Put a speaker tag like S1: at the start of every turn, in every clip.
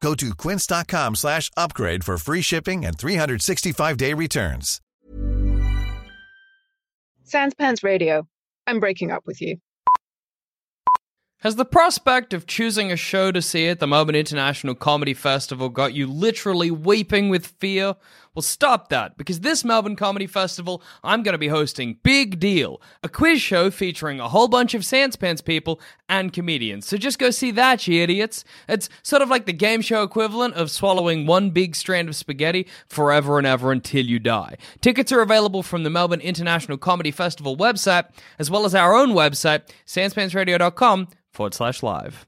S1: Go to quince.com slash upgrade for free shipping and 365-day returns.
S2: Sanspans Radio, I'm breaking up with you.
S3: Has the prospect of choosing a show to see at the Melbourne International Comedy Festival got you literally weeping with fear? Well, stop that, because this Melbourne Comedy Festival, I'm going to be hosting Big Deal, a quiz show featuring a whole bunch of Sanspants people and comedians. So just go see that, you idiots. It's sort of like the game show equivalent of swallowing one big strand of spaghetti forever and ever until you die. Tickets are available from the Melbourne International Comedy Festival website, as well as our own website, sanspantsradio.com forward slash live.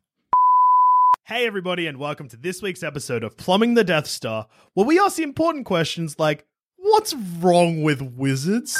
S4: Hey, everybody, and welcome to this week's episode of Plumbing the Death Star, where we ask the important questions like what's wrong with wizards?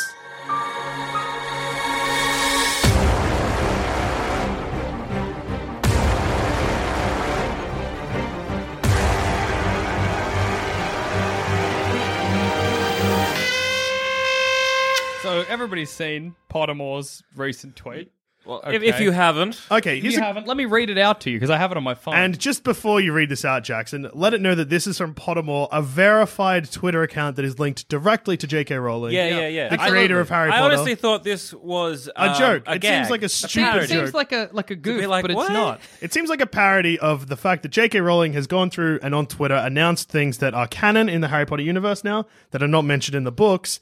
S5: So everybody's seen Pottermore's recent tweet.
S3: Well,
S5: If, if you haven't,
S4: Okay,
S5: if
S4: here's
S5: you
S4: a-
S5: haven't, let me read it out to you because I have it on my phone.
S4: and just before you read this out, Jackson, let it know that this is from Pottermore, a verified Twitter account that is linked directly to J.K. Rowling.
S6: Yeah, yeah, yeah.
S4: The creator of Harry
S6: I
S4: Potter.
S6: honestly thought this was
S4: A
S6: um,
S4: joke.
S6: A
S4: It seems
S6: gag.
S4: like a stupid
S5: it
S4: parody.
S5: seems
S4: joke.
S5: like a like a goof,
S6: like,
S5: but it's
S6: "What?"
S5: not.
S4: It seems like a parody of the fact that J.K. Rowling has gone through and on Twitter announced things that are canon in the Harry Potter universe now that are not mentioned in the books,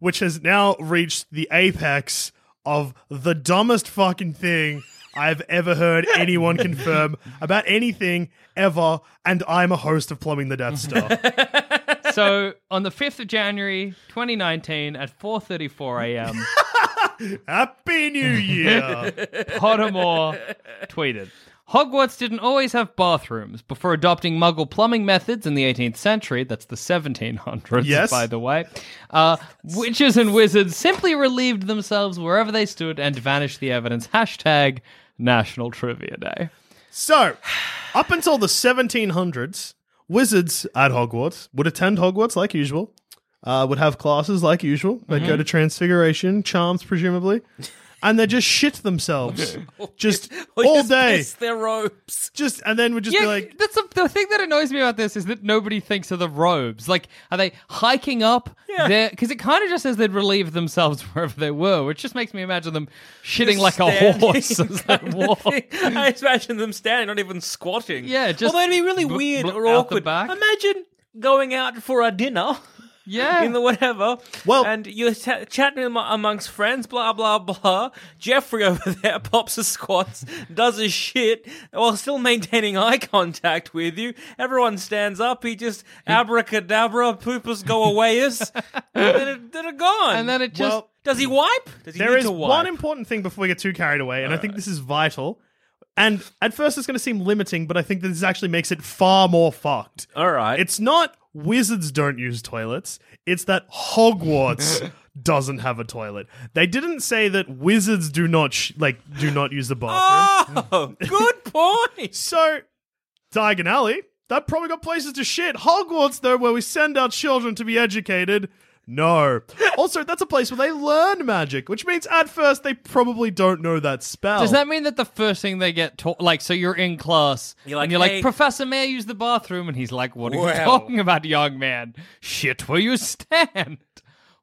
S4: which has now reached the apex of the dumbest fucking thing I've ever heard anyone confirm about anything ever. And I'm a host of Plumbing the Death Star.
S5: so on the fifth of January, 2019, at 4:34 a.m.,
S4: Happy New Year!
S5: Pottermore tweeted. Hogwarts didn't always have bathrooms. Before adopting Muggle plumbing methods in the 18th century, that's the 1700s,
S4: Yes.
S5: by the way, uh, witches and wizards simply relieved themselves wherever they stood and vanished the evidence. Hashtag National Trivia Day.
S4: so, up until the 1700s, wizards at Hogwarts would attend Hogwarts like usual. uh, would have classes like usual. They'd go to Transfiguration, Charms, presumably, and they just shit themselves just
S6: Or you
S4: all
S6: just
S4: day.
S6: piss their robes.
S4: Just and then would just be
S5: Yeah,
S4: like,
S5: that's the, the thing that annoys me about this is that nobody thinks of the robes. Like, are they hiking up? Yeah. Because it kind of just says they'd relieve themselves wherever they were, which just makes me imagine them shitting like a
S6: standing
S5: horse as they walk.
S6: I just imagine them standing, not even squatting.
S5: Yeah, just
S6: although it'd be really
S5: bl-
S6: weird
S5: bl-
S6: or
S5: out the
S6: awkward.
S5: back.
S6: Imagine going out for a dinner.
S5: Yeah.
S6: in the whatever.
S4: Well-
S6: and you're ch- chatting am- amongst friends, blah blah blah. Jeffrey over there pops his squats, does his shit while still maintaining eye contact with you. Everyone stands up. He just abracadabra, poopers go away us, and then, it, then it gone.
S5: and then it just.
S4: well,
S6: does he wipe? Does he
S4: there
S6: need
S4: is
S6: to wipe?
S4: one important thing before we get too carried away, and I think this is vital. And at first, it's going to seem limiting, but I think that this actually makes it far more fucked.
S6: All right.
S4: It's not wizards don't use toilets. It's that Hogwarts doesn't have a toilet. They didn't say that wizards do not sh- like do not use the bathroom.
S6: Oh, good point.
S4: So, Diagon Alley, that probably got places to shit. Hogwarts, though, where we send our children to be educated, no. also, that's a place where they learn magic, which means at first they probably don't know that spell.
S5: Does that mean that the first thing they get taught, like, so you're in class
S6: You're like,
S5: and you're
S6: "Hey."
S5: like, Professor, may I use the bathroom? And he's like, What are
S6: Well.
S5: you talking about, young man? Shit where you stand.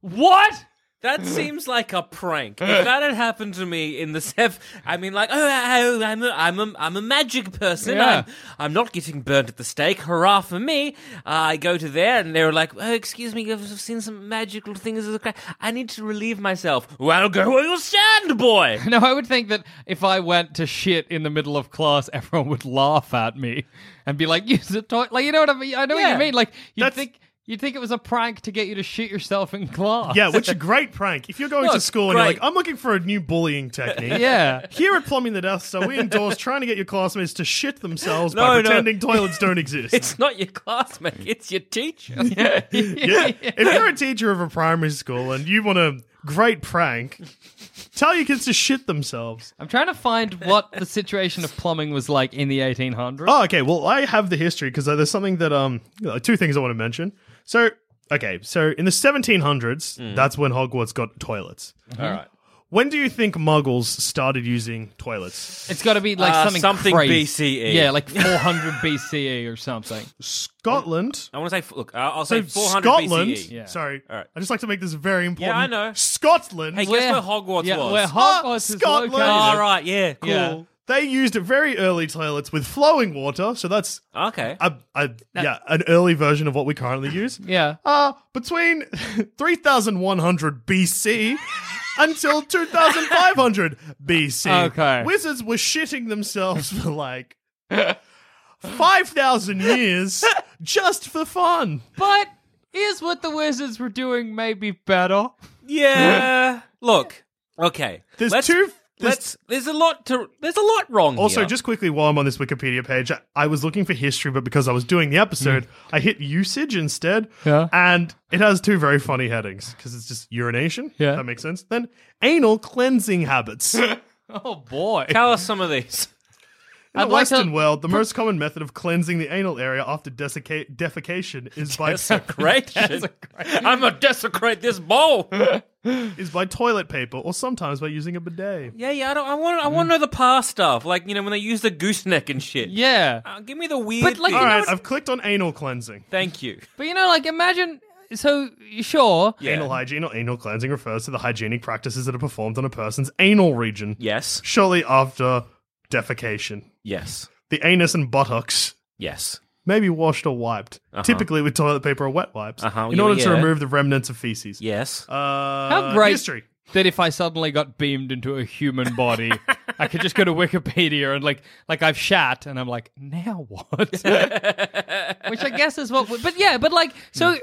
S5: What?
S6: That seems like a prank. If that had happened to me in the sev, I mean, like, oh, oh I'm a, I'm a, I'm a magic person.
S5: Yeah.
S6: I'm, I'm not getting burnt at the stake. Hurrah for me! Uh, I go to there, and they're like, oh, excuse me, I've seen some magical things. in the cra- I need to relieve myself. Well, go where you stand, boy.
S5: No, I would think that if I went to shit in the middle of class, everyone would laugh at me and be like, "Use the toilet." Like you know what I mean? I know what
S6: Yeah.
S5: you mean. Like you would
S4: That's-
S5: think you'd think it was a prank to get you to shit yourself in class.
S4: Yeah, which is a great prank. If you're going to
S6: Look,
S4: school and you're like,
S6: great.
S4: I'm looking for a new bullying technique.
S5: yeah.
S4: Here at Plumbing the Death Star, we endorse trying to get your classmates to shit themselves
S6: No,
S4: by
S6: no.
S4: pretending toilets don't exist.
S6: It's not your classmate. It's your teacher.
S4: yeah. If you're a teacher of a primary school and you want a great prank, tell your kids to shit themselves.
S5: I'm trying to find what the situation of plumbing was like in the 1800s.
S4: Oh, okay. Well, I have the history because there's something that um uh, two things I want to mention. So, okay, so in the 1700s,
S6: Mm.
S4: that's when Hogwarts got toilets. All right. When do you think Muggles started using toilets?
S5: It's got to be like
S6: Uh,
S5: something
S6: something E.
S5: crazy.
S6: BCE.
S5: Yeah, like 400 BCE E or something.
S4: Scotland.
S6: I want to say, f- look, uh, I'll I'll say
S4: So
S6: 400
S4: Scotland.
S6: BCE.
S5: Yeah.
S4: Sorry,
S6: E. All right.
S4: I just like to make this very important.
S6: I know.
S4: Scotland.
S6: Hey, guess where Hogwarts
S5: yeah,
S6: was?
S5: Where
S4: Ah,
S5: Hogwarts is
S4: Scotland.
S5: located.
S6: All right, yeah, cool.
S5: Yeah.
S4: they used very early toilets with flowing water, so that's
S6: Okay.
S4: a, a yeah an early version of what we currently use.
S5: Yeah.
S4: Uh, between 3100 BC until 2500 BC.
S5: Okay.
S4: Wizards were shitting themselves for like 5,000 years just for fun.
S5: But is what the wizards were doing maybe better?
S6: Yeah. Look. Okay.
S4: There's
S6: Let's-
S4: two- there's-
S6: Let's. There's a lot to. There's a lot wrong.
S4: Also,
S6: here.
S4: just quickly while I'm on this Wikipedia page, I, I was looking for history, but because I was doing the episode, I hit usage instead.
S5: Hmm. Yeah.
S4: And it has two very funny headings because it's just urination.
S5: Yeah.
S4: if That makes sense. Then anal cleansing habits.
S5: Oh boy.
S6: tell us some of these.
S4: In the
S5: I'd like to-
S4: Western world, the most common method of cleansing the anal area after desicca- defecation is by
S6: Great. I'm gonna desecrate this bowl.
S4: is by toilet paper or sometimes by using a bidet.
S6: yeah, yeah. I don't. I want. I want
S4: Mm.
S6: to know the past stuff. Like you know when they use the gooseneck and shit.
S5: Yeah.
S6: Uh, give me the weird.
S5: But, like,
S6: thing.
S4: All right, I've clicked on anal cleansing.
S6: Thank you.
S5: But you know, like imagine so sure.
S6: Yeah.
S4: Anal hygiene or anal cleansing refers to the hygienic practices that are performed on a person's anal region,
S6: Yes.
S4: shortly after defecation.
S6: Yes.
S4: The anus and buttocks
S6: Yes.
S4: may be washed or wiped, typically with toilet paper or wet wipes,
S6: Uh-huh,
S4: in
S6: yeah,
S4: order to
S6: yeah.
S4: remove the remnants of feces.
S6: Yes.
S4: Uh,
S5: How great
S4: history.
S5: that if I suddenly got beamed into a human body, I could just go to Wikipedia and like like I've shat and I'm like, now what? Which I guess is what we- but yeah, but like so
S6: Hmm.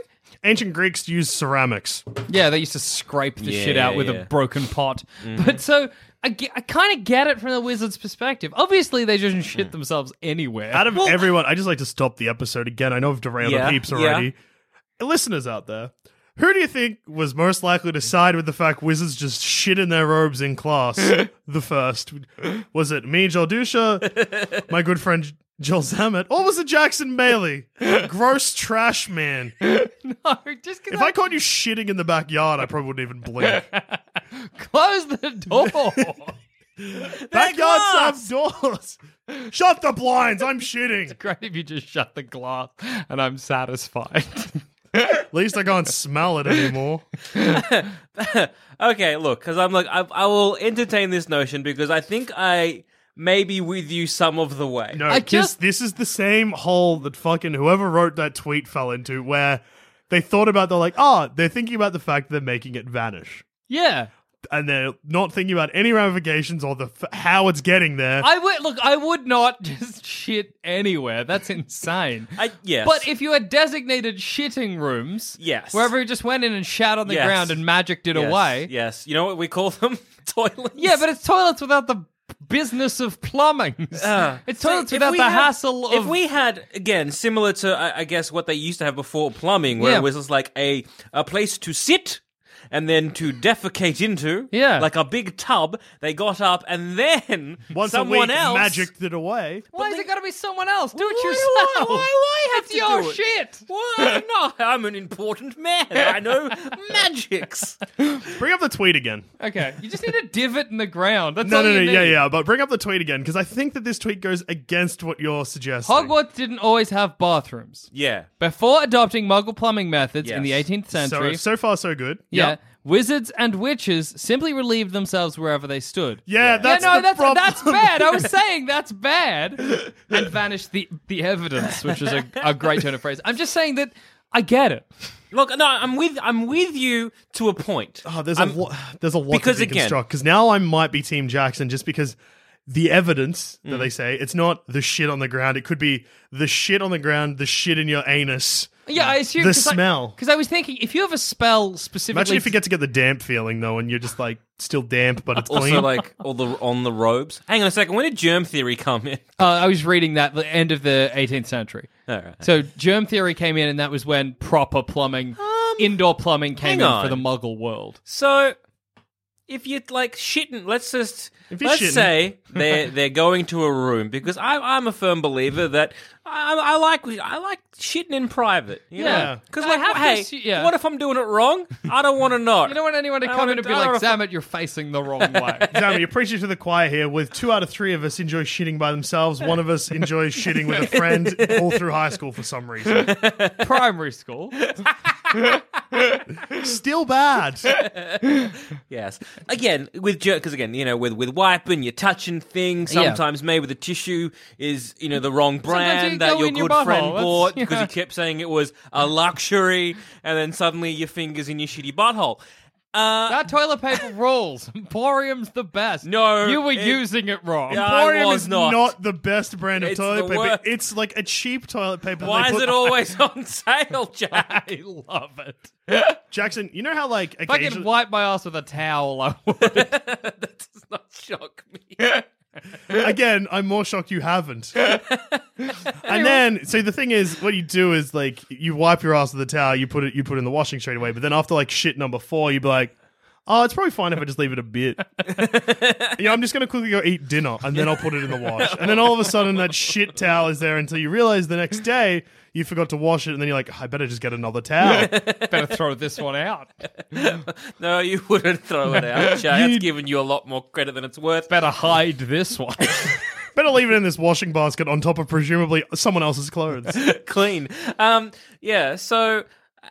S4: Ancient Greeks used ceramics.
S5: Yeah, they used to scrape the
S6: Yeah,
S5: shit out
S6: yeah,
S5: with
S6: yeah. Mm-hmm.
S5: a broken pot. But so I, kind of get it from the wizard's perspective. Obviously, they just
S6: Mm.
S5: shit themselves anywhere.
S4: out of everyone, I just like to stop the episode again. I know I've derailed
S6: Yeah,
S4: heaps
S6: yeah.
S4: already. Listeners out there, who do you think was most likely to side with the fact wizards just shit in their robes in class the first? Was it me, Joel Dusha, my good friend Joel Zammett, or was it Jackson Bailey? Gross trash man.
S5: no, just 'cause
S4: If
S5: I,
S4: I caught you shitting in the backyard, I probably wouldn't even blink.
S5: close the door.
S4: Backyards have doors. Shut the blinds. I'm shitting.
S5: Great if you just shut the glass and I'm satisfied.
S4: At least I can't smell it anymore.
S6: Okay, look, because I'm like, I, I will entertain this notion because I think I may be with you some of the way.
S4: No,
S5: I
S4: this,
S5: just-
S4: this is the same hole that fucking whoever wrote that tweet fell into where they thought about, they're like, oh, they're thinking about the fact they're making it vanish.
S5: yeah.
S4: And they're not thinking about any ramifications or the f- how it's getting there.
S5: I would look, I would not just shit anywhere. That's insane.
S6: I, yes.
S5: But if you had designated shitting rooms,
S6: Yes.
S5: wherever you just went in and shat on the
S6: Yes.
S5: ground and magicked it
S6: yes,
S5: away,
S6: Yes. You know what we call them? Toilets.
S5: Yeah, but it's toilets without the business of plumbing.
S6: Ah.
S5: it's
S6: So
S5: toilets
S6: if
S5: without
S6: we
S5: the
S6: had-
S5: hassle of.
S6: If we had, again, similar to, I, I guess, what they used to have before plumbing, where
S5: Yeah.
S6: it was just like a, a place to sit and then to defecate into,
S5: Yeah.
S6: like a big tub, they got up and then
S4: Once
S6: someone
S4: a week,
S6: else.
S4: magicked it away.
S5: why is it got to be someone else? Do it
S6: Why do I-
S5: yourself.
S6: why- why have
S5: it's
S6: to
S5: your
S6: do it?
S5: shit?
S6: Well, no, I'm an important man. I know magics.
S4: Bring up the tweet again.
S5: Okay, you just need a divot in the ground. That's
S4: No,
S5: all
S4: no, no,
S5: you need.
S4: yeah, yeah. But bring up the tweet again because I think that this tweet goes against what you're suggesting.
S5: Hogwarts didn't always have bathrooms.
S6: Yeah.
S5: Before adopting Muggle plumbing methods in the
S6: Yes.
S5: 18th
S4: So,
S5: century,
S4: so far, so good.
S5: yeah, wizards and witches simply relieved themselves wherever they stood.
S4: Yeah, that's
S5: yeah, no,
S4: the
S5: that's
S4: problem.
S5: that's bad. I was saying that's bad, and vanished the the evidence, which is a, a great turn of phrase. I'm just saying that I get it.
S6: Look, no, I'm with I'm with you to a point.
S4: Oh, there's a lot, there's a lot
S6: because
S4: to
S6: again-
S4: deconstruct because now I might be Team Jackson just because the evidence
S6: Mm.
S4: that they say it's not the shit on the ground. It could be the shit on the ground, the shit in your anus.
S5: Yeah, I assume
S4: The smell.
S5: Because I, was thinking, if you have a spell specifically,
S4: Imagine if you get to get the damp feeling though, and you're just like still damp, but it's
S6: also
S4: clean.
S6: like all the on the robes. Hang on a second. When did germ theory come in?
S5: uh, I was reading that the end of the 18th century.
S6: All right.
S5: So germ theory came in, and that was when proper plumbing, indoor plumbing, came
S6: hang
S5: in for
S6: on.
S5: the Muggle world.
S6: So if you're like shitting, let's just
S4: If you're
S6: let's
S4: shitting.
S6: say they're they're going to a room because I, I'm a firm believer that I, I like I like shitting in private. You
S5: Yeah.
S6: because
S5: I
S6: like
S5: have to
S6: hey,
S5: assu- yeah.
S6: what if I'm doing it wrong? I don't want to know.
S5: You don't want anyone to
S6: I
S5: come in
S6: wanna-
S5: and be
S6: I
S5: like,
S6: wanna-
S5: "Damn it, you're facing the wrong way."
S4: Damn, you're preaching to the choir here. With two out of three of us enjoy shitting by themselves, one of us enjoys shitting with a friend all through high school for some reason.
S5: Primary school.
S4: Still bad.
S6: Yes. Again, with jerk, because again, you know, with with wiping, you're touching things.
S5: Yeah.
S6: Sometimes maybe the tissue is you know the wrong
S5: Sometimes
S6: brand
S5: you
S6: that
S5: go
S6: your
S5: in your
S6: good
S5: butthole.
S6: friend
S5: That's-
S6: bought because
S5: yeah.
S6: he kept saying it was a luxury, and then suddenly your fingers in your shitty butthole. Uh,
S5: That toilet paper rules. Emporium's the best.
S6: No,
S5: you were
S6: it-
S5: using it wrong.
S6: Yeah, I
S4: Emporium
S6: was
S4: is
S6: not.
S4: the best brand of
S6: It's
S4: toilet
S6: the
S4: paper.
S6: worst.
S4: It's like a cheap toilet paper. that
S6: why
S4: they
S6: is
S4: put-
S6: it always on sale, Jack?
S5: I love it.
S4: Jackson? You know how like
S5: If I could
S4: occasionally,
S5: wipe my ass with a towel, I would.
S6: that does not shock me.
S4: again, I'm more shocked you haven't. and then, so the thing is, what you do is like you wipe your ass with the towel, you put it, you put it in the washing straight away. But then after like shit number four, you'd be like, oh, it's probably fine if I just leave it a bit. yeah, I'm just gonna quickly go eat dinner, and then I'll put it in the wash. And then all of a sudden, that shit towel is there until you realize the next day you forgot to wash it, and then you're like, I better just get another towel.
S5: Better throw this one out.
S6: No, you wouldn't throw it out, Jack. That's giving you a lot more credit than it's worth.
S5: Better hide this one.
S4: better leave it in this washing basket on top of presumably someone else's clothes.
S6: clean. Um, yeah. So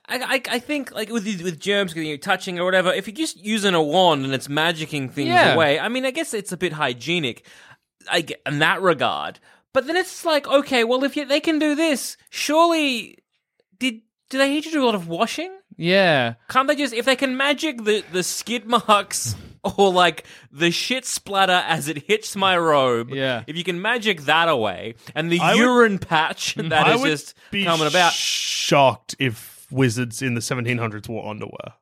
S6: I, I, I think like with these- with germs, you know, touching or whatever. If you're just using a wand and it's magicking things
S5: Yeah.
S6: away, I mean, I guess it's a bit hygienic, I g in that regard. But then it's like, okay, well, if you, they can do this, surely did do they need to do a lot of washing?
S5: yeah.
S6: Can't they just if they can magic the the skid marks? Or like the shit splatter as it hits my robe.
S5: Yeah.
S6: If you can magic that away, and the
S4: I would-
S6: urine patch that
S4: I
S6: is
S4: would
S6: just
S4: be
S6: coming about.
S4: Shocked if wizards in the 1700s wore underwear.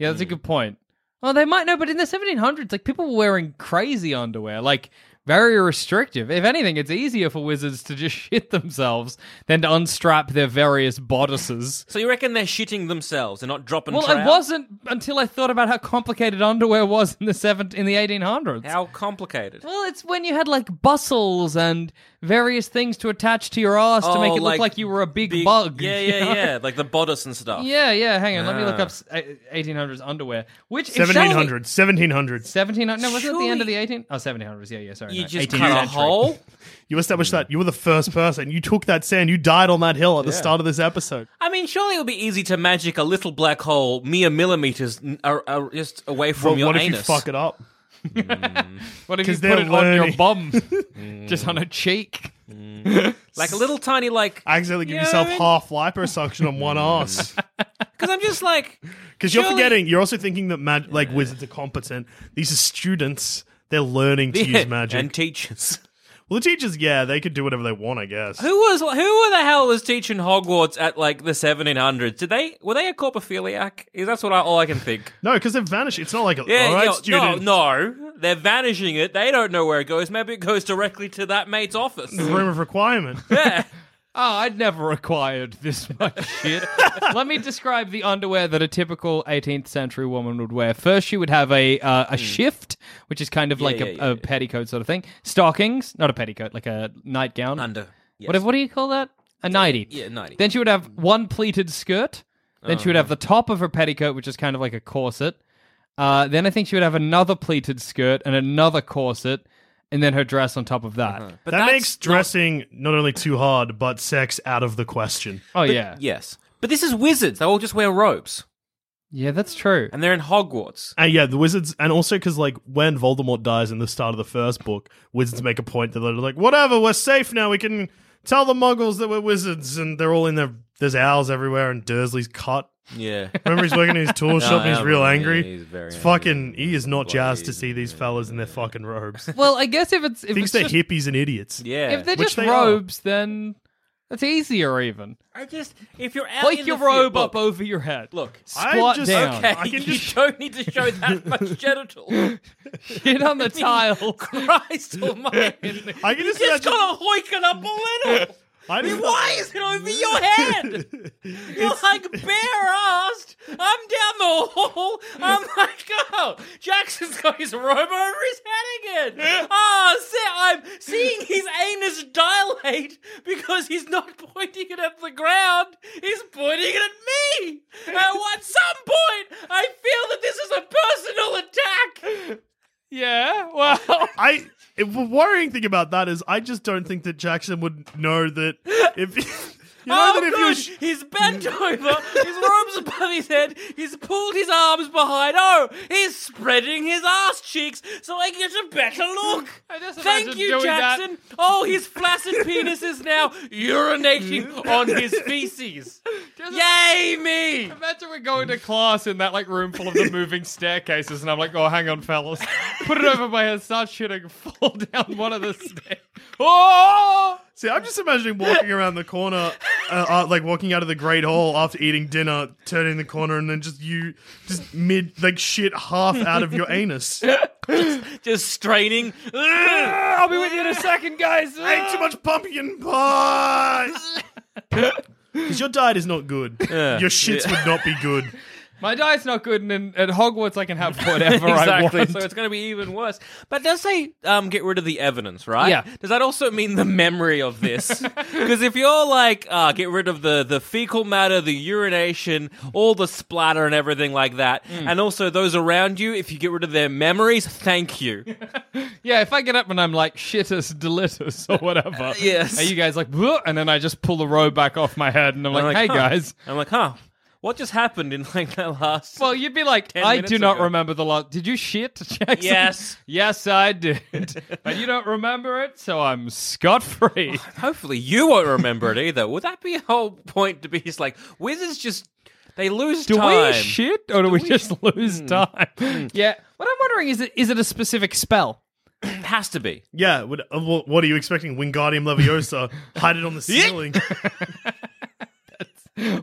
S5: Yeah, that's a good point. Well, they might know, but in the 1700s, like people were wearing crazy underwear, like very restrictive. If anything, it's easier for wizards to just shit themselves than to unstrap their various bodices.
S6: So you reckon they're shitting themselves and not dropping?
S5: Well,
S6: trout?
S5: it wasn't until I thought about how complicated underwear was in the seven in the 1800s.
S6: How complicated?
S5: Well, it's when you had like bustles and various things to attach to your ass to make
S6: Oh,
S5: it look like you were a big, bug.
S6: Yeah,
S5: you
S6: yeah,
S5: know?
S6: yeah. Ah. Like the bodice and stuff.
S5: Yeah, yeah. Hang on, let me look up s- eh, 1800s underwear. Which if Charlotte-
S4: 1700s, 1700s.
S5: 1700 no wasn't it the end of the
S6: Surely-
S5: 18 oh 1700s yeah yeah sorry
S6: You
S5: no,
S6: just
S5: 18th
S6: cut a
S5: century.
S6: hole.
S4: You established that you were the first person. You took that sand. You died on that hill at the start of this episode.
S6: I mean, surely it would be easy to magic a little black hole mere millimeters n- are, are just away from
S4: Well,
S6: your
S4: what if
S6: anus.
S4: you fuck it up?
S5: what if you
S4: 'Cause
S5: put
S4: they're
S5: it on your
S4: learning.
S5: bum just on a cheek
S6: Like a little tiny like.
S4: Accidentally give
S6: You know
S4: yourself
S6: what I mean?
S4: half liposuction on one
S6: Mm.
S4: ass.
S6: Because I'm just like.
S4: Because you're
S6: surely-
S4: forgetting. You're also thinking that mag- like wizards are competent. These are students. They're learning to use magic.
S6: and teachers.
S4: well, the teachers, yeah, they could do whatever they want, I guess.
S6: Who was who the hell was teaching Hogwarts at like the 1700s? Did they were they a corpophiliac? Is that's what I, all I can think.
S4: No, because they've vanished. It's not like a
S6: Yeah,
S4: all right,
S6: yeah, no,
S4: student.
S6: no, they're vanishing it. They don't know where it goes. Maybe it goes directly to that mate's office.
S4: Room of requirement.
S5: oh i'd never acquired this much shit let me describe the underwear that a typical 18th century woman would wear first she would have a uh, a shift which is kind of like a,
S6: Hmm. yeah, yeah,
S5: a petticoat sort of thing stockings not a petticoat like a nightgown
S6: Under. Yes.
S5: What, what do you call that? A nighty.
S6: yeah, Oh, nighty.
S5: Then she would have one pleated skirt. Then she would have the top of her petticoat, which is kind of like a corset. Uh, then I think she would have another pleated skirt and another corset, and then her dress on top of that.
S6: But
S4: that
S6: that's
S4: makes
S6: not-
S4: dressing not only too hard, but sex out of the question.
S5: Oh yeah,
S6: yes. But this is wizards. They all just wear robes,
S5: yeah, that's true.
S6: and they're in Hogwarts.
S4: And yeah, the wizards, and also because like when Voldemort dies in the start of the first book, wizards make a point that they're like, whatever, we're safe now. We can tell the Muggles that we're wizards, and they're all in their. There's owls everywhere, and Dursley's cut.
S6: Yeah.
S4: Remember, he's working in his tool shop, and
S6: I
S4: he's real
S6: remember,
S4: angry.
S6: yeah, he's very
S4: it's
S6: angry.
S4: fucking. He is not
S6: Bloody
S4: jazzed to see
S6: idiot.
S4: these fellas in their fucking robes.
S5: Well, I guess if it's if
S4: Thinks
S5: it's
S4: they're
S5: just,
S4: hippies and idiots.
S6: yeah.
S5: if they're
S4: Which
S5: just
S4: they are.
S5: robes, then that's easier even.
S6: I just if you're out
S5: Like
S6: in
S5: your
S6: the field-
S5: robe up
S6: oh, look,
S5: over your head.
S6: Look.
S4: I'm
S5: squat
S4: just-
S5: down.
S6: Okay,
S4: I can
S6: you
S4: just-
S6: don't need to show that much genital.
S5: Shit on the tile.
S6: Christ almighty.
S4: I can
S6: You
S4: just
S6: just
S4: imagine-
S6: gotta hoik it up a little.
S4: I
S6: I mean,
S4: didn't-
S6: why is it over your head? You're like bare assed. I'm down the hall. I'm like, oh, Jackson's got his robe over his head again. Oh, see, I'm seeing his anus dilate because he's not pointing it at the ground. He's pointing it at me. At what- some point, I feel that this is a personal attack.
S5: yeah. Well.
S4: I the worrying thing about that is I just don't think that Jackson would know that if you know
S6: oh,
S4: that if you
S6: good.
S4: sh-
S6: he's bent over, his robes above his head, he's pulled his arms behind. Oh, he's spreading his ass cheeks so I get a better look.
S5: just
S6: Thank
S5: imagine
S6: you,
S5: doing that.
S6: Jackson. Oh, his flaccid penis is now urinating on his feces. Yay, me!
S5: Imagine we're going to class in that like room full of the moving staircases, and I'm like, "Oh, hang on, fellas, put it over my head, start shitting, fall down one of the stairs." Oh!
S4: see I'm just imagining walking around the corner uh, uh, like walking out of the great hall after eating dinner turning the corner and then just you just mid like shit half out of your anus ate
S6: Just straining.
S5: I'll be with you in a second, guys.
S4: too much pumpkin pie because your diet is not good your shits would not be good
S5: My diet's not good, and in, at Hogwarts I can have whatever
S6: exactly.
S5: I want.
S6: So it's going to be even worse. But does say um, get rid of the evidence, right?
S5: Yeah.
S6: Does that also mean the memory of this? Because if you're like, ah, get rid of the the fecal matter, the urination, all the splatter and everything like that,
S5: Mm.
S6: and also those around you, if you get rid of their memories, thank you.
S5: yeah, if I get up and I'm like shitus delitus or whatever,
S6: yes.
S5: are you guys like, "Bleh," and then I just pull the robe back off my head, and I'm like,
S6: I'm
S5: "Hey,
S6: huh.
S5: guys."
S6: I'm like, huh. What just happened in like that last?
S5: Well, you'd be like,
S6: Ten
S5: I
S6: minutes
S5: do not
S6: ago.
S5: remember the last. Did you shit, Jackson?
S6: Yes.
S5: yes, I did. but you don't remember it, so I'm scot free.
S6: Hopefully you won't remember it either. Would that be a whole point to be just like wizards just they lose
S5: Do
S6: time?
S5: we shit or do, we, just
S6: hmm.
S5: lose time? yeah. What I'm wondering is, it, is it a specific spell?
S6: It has to be.
S4: yeah would, uh, wh- what are you expecting Wingardium Leviosa hide it on the ceiling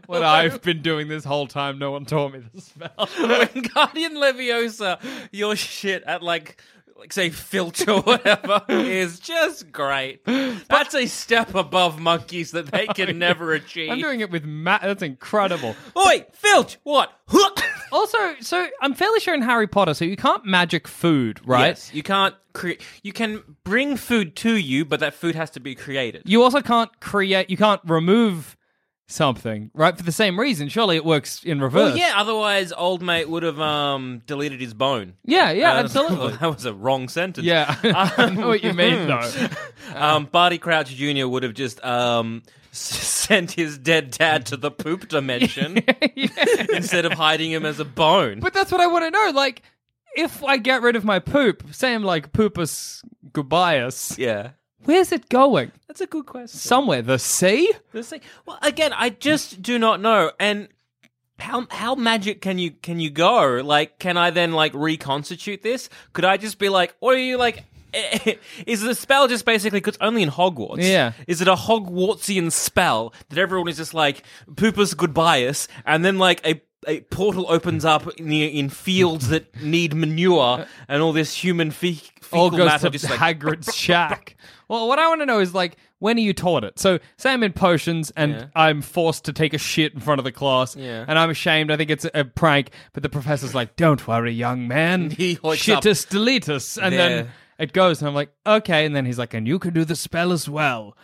S5: What I've been doing this whole time, no one taught me the spell.
S6: when Guardian Leviosa, your shit at like like say filter or whatever is just great. That's a step above monkeys that they can never achieve.
S5: I'm doing it with Matt. That's incredible.
S6: Oi, filch, what?
S5: also, so I'm fairly sure in Harry Potter, so you can't magic food, right?
S6: Yes, you can't create. You can bring food to you, but that food has to be created.
S5: you also can't create you can't remove something right for the same reason surely it works in reverse
S6: well, yeah. Otherwise, old mate would have um deleted his bone.
S5: yeah yeah
S6: Uh, Um,
S5: absolutely
S6: that was a wrong sentence.
S5: yeah i know what you
S6: hmm.
S5: mean though
S6: Um, Barty Crouch Jr. would have just um, s- sent his dead dad to the poop dimension instead of hiding him as a bone.
S5: but that's what i want to know like if i get rid of my poop same like poopus goodbyus
S6: yeah.
S5: where's it going
S6: That's a good question.
S5: somewhere the sea
S6: Let's see. Well, again, I just do not know. And how how magic can you can you go? Like, can I then like reconstitute this? Could I just be like, or are you like? Is the spell just basically because only in Hogwarts?
S5: Yeah.
S6: Is it a Hogwartsian spell that everyone is just like poopus goodbyes, and then like a a portal opens up in, the, in fields that need manure, and all this human fe- fecal
S5: all goes
S6: matter
S5: to
S6: just like
S5: Hagrid's shack. Well, what I want to know is like when are you taught it? So say I'm in potions and
S6: Yeah.
S5: I'm forced to take a shit in front of the class,
S6: Yeah.
S5: and I'm ashamed. I think it's a, a prank, but the professor's like, "Don't worry, young man.
S6: He hoists up.
S5: Shit us, delete us," and
S6: There.
S5: then it goes, and I'm like, "Okay," and then he's like, "And you can do the spell as well."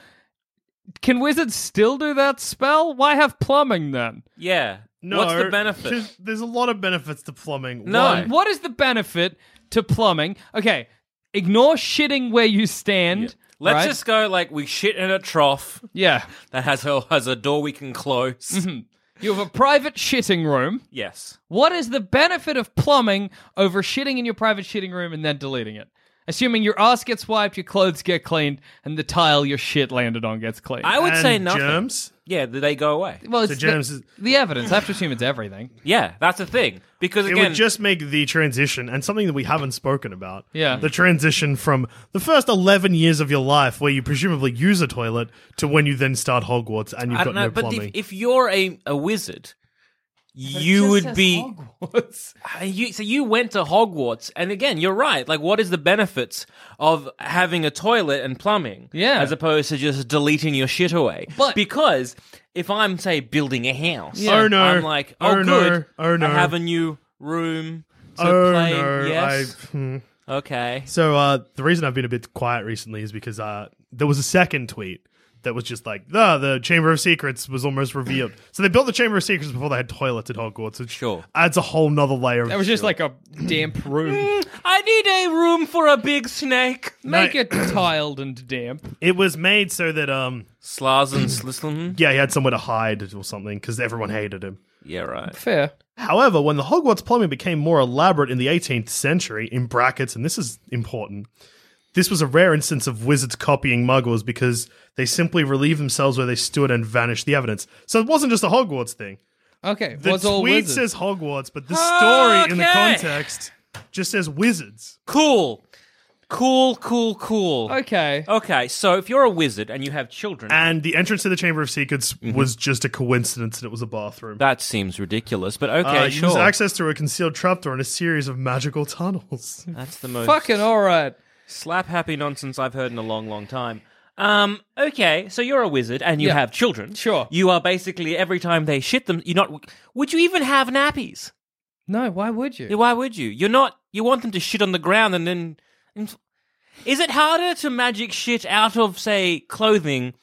S5: Can wizards still do that spell? Why have plumbing then?
S6: yeah.
S4: No,
S6: What's the benefit?
S4: There's- There's a lot of benefits to plumbing.
S6: No.
S4: One,
S5: What is the benefit to plumbing? Okay, ignore shitting where you stand.
S6: Let's
S5: right?
S6: just go like we shit in a trough
S5: yeah.
S6: that has a has a door we can close.
S5: You have a private shitting room.
S6: Yes.
S5: What is the benefit of plumbing over shitting in your private shitting room and then deleting it? Assuming your ass gets wiped, your clothes get cleaned, and the tile your shit landed on gets cleaned. Uh,
S6: I would
S4: and
S6: say nothing.
S4: Germs.
S6: Yeah, th- they go away.
S5: well, it's
S4: So James
S5: the,
S4: is-
S5: the evidence. I have to assume it's everything.
S6: Yeah, that's the thing. Because
S4: it
S6: again,
S4: would just make the transition and something that we haven't spoken about.
S5: Yeah.
S4: The transition from the first 11 years of your life where you presumably use a toilet to when you then start Hogwarts and you've
S6: I
S4: got
S6: don't know.
S4: no
S6: but if,
S4: plumbing.
S6: if you're a, a wizard, you would be. Uh, you, so you went to Hogwarts, and again, you're right. Like, what is the benefits of having a toilet and plumbing?
S5: Yeah.
S6: as opposed to just deleting your shit away.
S5: But-
S6: because if I'm say building a house,
S5: Yeah.
S4: Oh, no.
S6: I'm like, oh,
S4: Oh, no.
S6: good,
S4: Oh, no.
S6: I have a new room to
S4: oh,
S6: play.
S4: no,
S6: yes,
S4: I- hmm.
S6: okay.
S4: So uh, the reason I've been a bit quiet recently is because uh, there was a second tweet that was just like, the the Chamber of Secrets was almost revealed. so they built the Chamber of Secrets before they had toilets at Hogwarts. Which
S6: Sure.
S4: Adds a whole nother layer of
S5: That was just like a damp room.
S6: I need a room for a big snake.
S5: Make it tiled and damp.
S4: It was made so that um
S6: Slaz and Slislam.
S4: yeah, he had somewhere to hide or something because everyone hated him.
S6: Yeah, right.
S5: Fair.
S4: However, when the Hogwarts plumbing became more elaborate in the 18th century, in brackets, and this is important, this was a rare instance of wizards copying muggles because they simply relieved themselves where they stood and vanished the evidence. So it wasn't just a Hogwarts thing.
S5: Okay.
S4: The
S5: was all
S4: tweet
S5: wizards.
S4: says Hogwarts, but the story in the
S6: Okay.
S4: context just says wizards.
S6: Cool, cool, cool, cool.
S5: Okay.
S6: Okay, so if you're a wizard and you have children,
S4: And the entrance to the Chamber of Secrets was just a coincidence that it was a bathroom.
S6: that seems ridiculous, but
S4: Uh,
S6: okay,
S4: you
S6: sure.
S4: use access through a concealed trapdoor and a series of magical tunnels.
S6: That's the most
S5: Fucking all right.
S6: slap happy nonsense I've heard in a long, long time. Um, okay, so you're a wizard and you
S5: Yeah.
S6: have children.
S5: Sure.
S6: You are basically every time they shit them, you're not. Would you even have nappies?
S5: No, why would you?
S6: Why would you? You're not. You want them to shit on the ground and then. and- Is it harder to magic shit out of, say, clothing?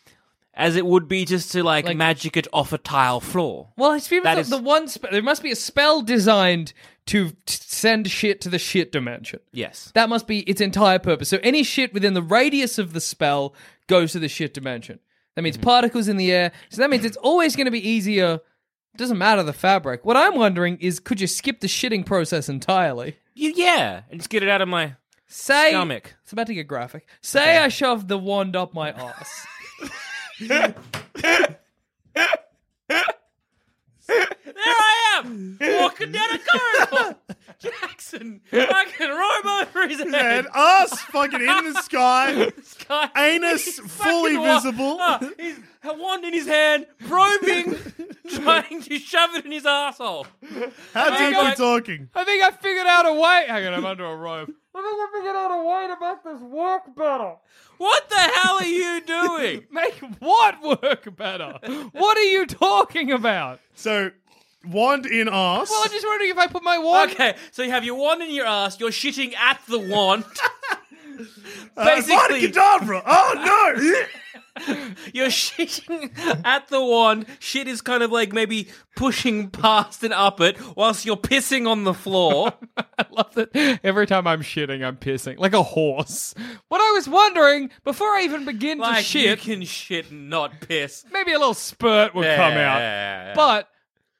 S6: As it would be just to like,
S5: Like-
S6: magic it off a tile floor.
S5: Well, it's people
S6: That
S5: that
S6: is-
S5: the one. Spe- there must be a spell designed to t- send shit to the shit dimension.
S6: Yes.
S5: That must be its entire purpose. So any shit within the radius of the spell goes to the shit dimension. That means
S6: Mm-hmm.
S5: particles in the air. So that means it's always going to be easier. Doesn't matter the fabric. What I'm wondering is, could you skip the shitting process entirely?
S6: You, yeah. And just get it out of my.
S5: Say
S6: Stomach.
S5: It's about to get graphic. Say I shoved the wand up my ass.
S6: There I am, walking down a corridor. Jackson, fucking robe over his head.
S4: and us fucking in the sky,
S6: Guy-
S4: anus
S6: he's
S4: fully
S6: fucking wa-
S4: visible.
S6: Ah, he's a wand in his hand, probing, trying to shove it in his asshole.
S4: How deep are we
S6: God.
S4: talking?
S5: I think I figured out a way. Hang on, I'm under a rope. I think I figured out a way to make this work better.
S6: What the hell are you
S4: Um,
S6: doing?
S5: Make what work better? what are you talking about?
S4: So, wand in arse.
S5: Well, I'm just wondering if I put my wand.
S6: Okay, so you have your wand in your ass. You're shitting at the wand.
S4: Uh,
S6: Basically,
S4: Abracadabra. Oh no!
S6: you're shitting at the wand. Shit is kind of like maybe pushing past and up it, whilst you're pissing on the floor.
S5: I love that every time I'm shitting, I'm pissing like a horse. What I was wondering before I even begin to
S6: like you
S5: shit,
S6: can shit and not piss.
S5: maybe a little spurt would come out. But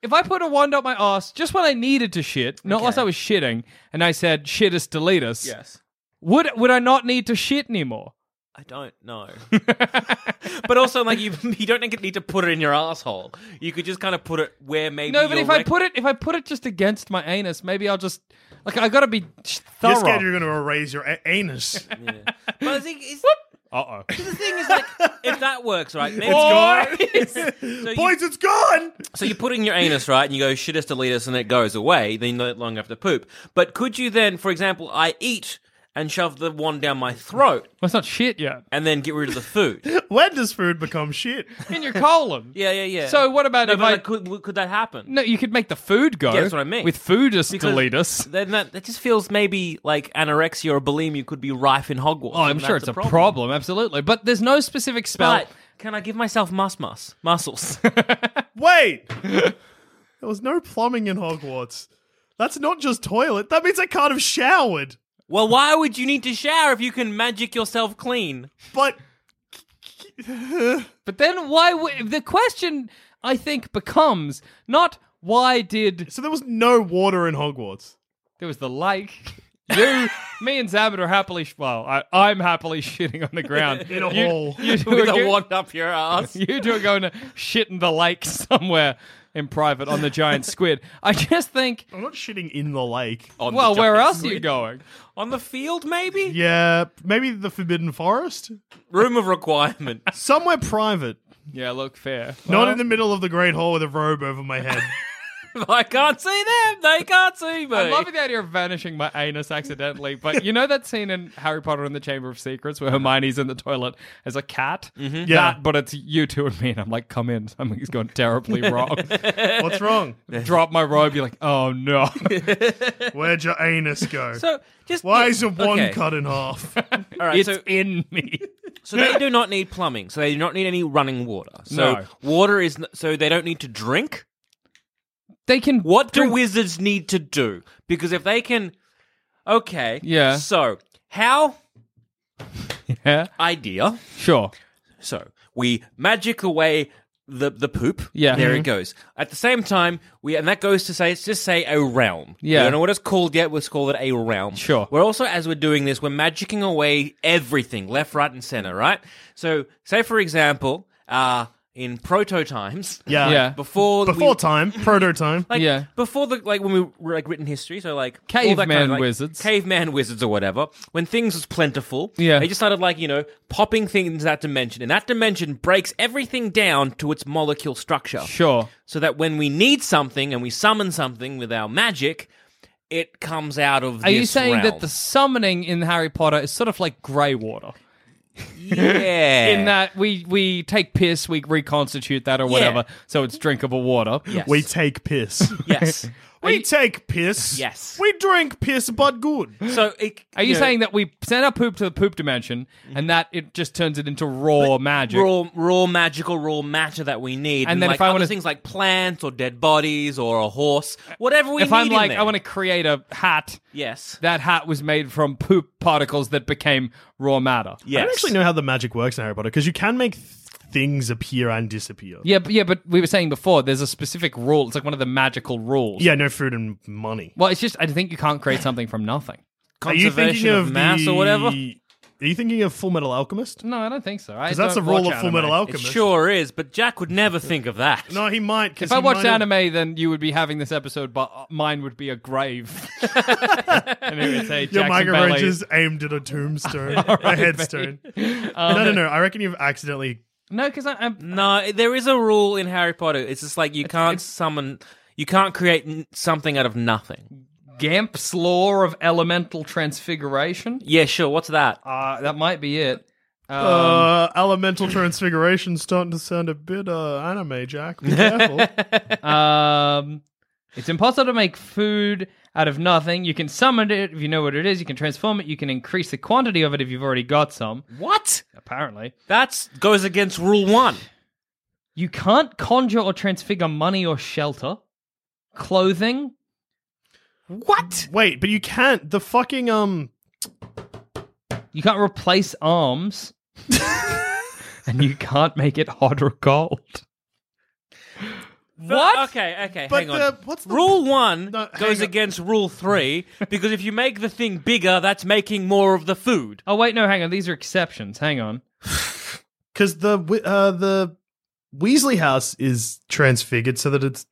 S5: if I put a wand up my ass just when I needed to shit, not unless I was shitting, and I said shit us, delete us,
S6: yes,
S5: would would I not need to shit anymore?
S6: I don't know. but also, like you, you don't need to put it in your asshole. You could just kind of put it where maybe.
S5: No, but
S6: your
S5: if I
S6: rec-
S5: put it if I put it just against my anus, maybe I'll just like I gotta be
S4: You're
S5: thorough.
S4: scared you're going to erase your a- anus.
S6: but I think it's,
S5: Uh oh.
S6: the thing is like if that works, right? Maybe
S4: It's gone.
S6: So, you,
S4: Boys, it's gone.
S6: so you put it in your anus, right? And you go shit us, delete us, and it goes away. Then you no longer have to poop. But could you then, for example, I eat and shove the wand down my throat
S5: That's not shit yet.
S6: and then get rid of the food?
S4: When does food become shit?
S5: In your colon.
S6: Yeah, yeah, yeah.
S5: So what about
S6: No,
S5: if
S6: but
S5: I-
S6: like, could, could that happen?
S5: No, you could make the food go.
S6: Yeah, that's what I mean.
S5: With food us
S6: Because
S5: delete us.
S6: Then that, that just feels maybe like anorexia or bulimia could be rife in Hogwarts.
S5: Oh, I'm
S6: and
S5: sure
S6: that's
S5: it's a problem. absolutely. But there's no specific spell.
S6: But can I give myself mus mus muscles?
S4: Wait. There was no plumbing in Hogwarts. That's not just toilet. That means they can't have showered.
S6: Well, why would you need to shower if you can magic yourself clean?
S4: But
S5: But then why? W- the question I think becomes not why did
S4: so there was no water in Hogwarts.
S5: there was the like. You, me, and Zabit are happily. Sh- well, I, I'm happily shitting on the ground.
S4: In a
S5: you,
S4: hole.
S5: You two,
S6: With
S5: are
S6: a
S5: go-
S6: wand up your ass.
S5: you two are going to shit in the lake somewhere in private on the giant squid. I just think.
S4: I'm not shitting in the lake.
S6: On the
S5: Well, where
S6: giant
S5: else are you
S6: squid.
S5: going?
S6: On the field, maybe?
S4: Yeah, maybe the Forbidden Forest?
S6: Room of requirement.
S4: Somewhere private.
S5: Yeah, look, fair. Um,
S4: Not in the middle of the Great Hall with a robe over my head.
S6: I can't see them. They can't see me.
S5: I'm loving the idea of vanishing my anus accidentally, but you know that scene in Harry Potter and the Chamber of Secrets where Hermione's in the toilet as a cat? Mm-hmm.
S4: Yeah.
S5: That, but it's you two and me, and I'm like, come in. Something's gone terribly wrong.
S4: What's wrong?
S5: Drop my robe. You're like, oh no.
S4: Where'd your anus go?
S6: So just
S4: Why is your wand
S6: Okay.
S4: cut in half?
S6: All right,
S5: it's
S6: so,
S5: in me.
S6: so they do not need plumbing. So they do not need any running water. So
S5: No.
S6: water is n- so they don't need to drink.
S5: They can.
S6: What do
S5: drink-
S6: wizards need to do? Because if they can, okay,
S5: Yeah.
S6: So how
S5: Yeah,
S6: idea?
S5: sure.
S6: So we magic away the the poop.
S5: Yeah. Mm-hmm.
S6: there it goes. At the same time, we and that goes to say it's just say a realm.
S5: Yeah.
S6: we don't know what it's called yet. Let's call it a realm.
S5: Sure.
S6: We're also as we're doing this, we're magicking away everything, left, right, and center. Right. So say for example, uh, in proto times,
S4: Yeah.
S5: Yeah.
S6: Uh, before we-
S4: Before time, proto time.
S6: like
S5: Yeah.
S6: before the like when we were like written history, so like all that
S5: Caveman
S6: kind of, like,
S5: wizards.
S6: caveman wizards or whatever. When things was plentiful,
S5: Yeah.
S6: they just started like you know popping things into that dimension, and that dimension breaks everything down to its molecule structure,
S5: Sure.
S6: so that when we need something and we summon something with our magic, it comes out of.
S5: Are you
S6: this
S5: saying
S6: realm.
S5: that the summoning in Harry Potter is sort of like grey water?
S6: yeah
S5: In that we, we take piss, we reconstitute that or whatever, so it's drinkable water.
S6: yes.
S4: We take piss.
S6: yes.
S4: We take piss.
S6: Yes.
S4: We drink piss, but good.
S6: So it,
S5: Are you
S6: know,
S5: saying that we send our poop to the poop dimension and that it just turns it into raw magic?
S6: raw, raw magical, raw matter that we need.
S5: And then
S6: like
S5: if I
S6: other
S5: wanna-
S6: things like plants or dead bodies or a horse, whatever we
S5: if
S6: need.
S5: I'm
S6: in
S5: like,
S6: there.
S5: I want to create a hat,
S6: yes,
S5: that hat was made from poop particles that became raw matter.
S6: yes.
S4: I don't actually know how the magic works in Harry Potter because you can make th- things appear and disappear.
S5: Yeah, but, yeah, but we were saying before, there's a specific rule. It's like one of the magical rules.
S4: Yeah, no food and money.
S5: Well, it's just, I think you can't create something from nothing.
S4: Are you thinking
S6: Conservation
S4: of,
S6: mass
S4: the-
S6: or whatever?
S4: Are you thinking of Full Metal Alchemist?
S5: No, Mm, I don't think so. Because
S4: Because that's a rule of Full Metal
S6: It
S4: Alchemist.
S6: sure is, but Jack would never think of that.
S4: No, he might. 'cause
S5: If I
S4: he
S5: watched
S4: might have-
S5: anime, then you would be having this episode, but uh, mine would be a grave. and it would say
S4: your
S5: Jackson
S4: microphone
S5: Bailey.
S4: just aimed at a tombstone, a headstone.
S5: Um,
S4: no, no, no. I reckon you've accidentally.
S5: No, because I'm
S6: No, there is a rule in Harry Potter. It's just like you can't summon, you can't create n- something out of nothing.
S5: Gamp's law of elemental transfiguration.
S6: Yeah, sure. What's that?
S5: Uh, that might be it. Um,
S4: uh, elemental transfiguration starting to sound a bit uh, anime, Jack. Be careful.
S5: um, it's impossible to make food out of nothing. You can summon it if you know what it is. You can transform it. You can increase the quantity of it if you've already got some.
S6: What?
S5: Apparently,
S6: That goes against Rule One.
S5: you can't conjure or transfigure money or shelter, clothing.
S6: What?
S4: Wait, but you can't. The fucking um.
S5: You can't replace arms, and you can't make it hot or cold.
S6: What? Okay, okay.
S4: But
S6: hang on.
S4: the- what's the-
S6: rule one
S4: No, hang
S6: goes
S4: on.
S6: against Rule Three because if you make the thing bigger, that's making more of the food.
S5: Oh wait, no, hang on. These are exceptions. Hang on.
S4: because the Wea- uh, the Weasley house is transfigured so that it's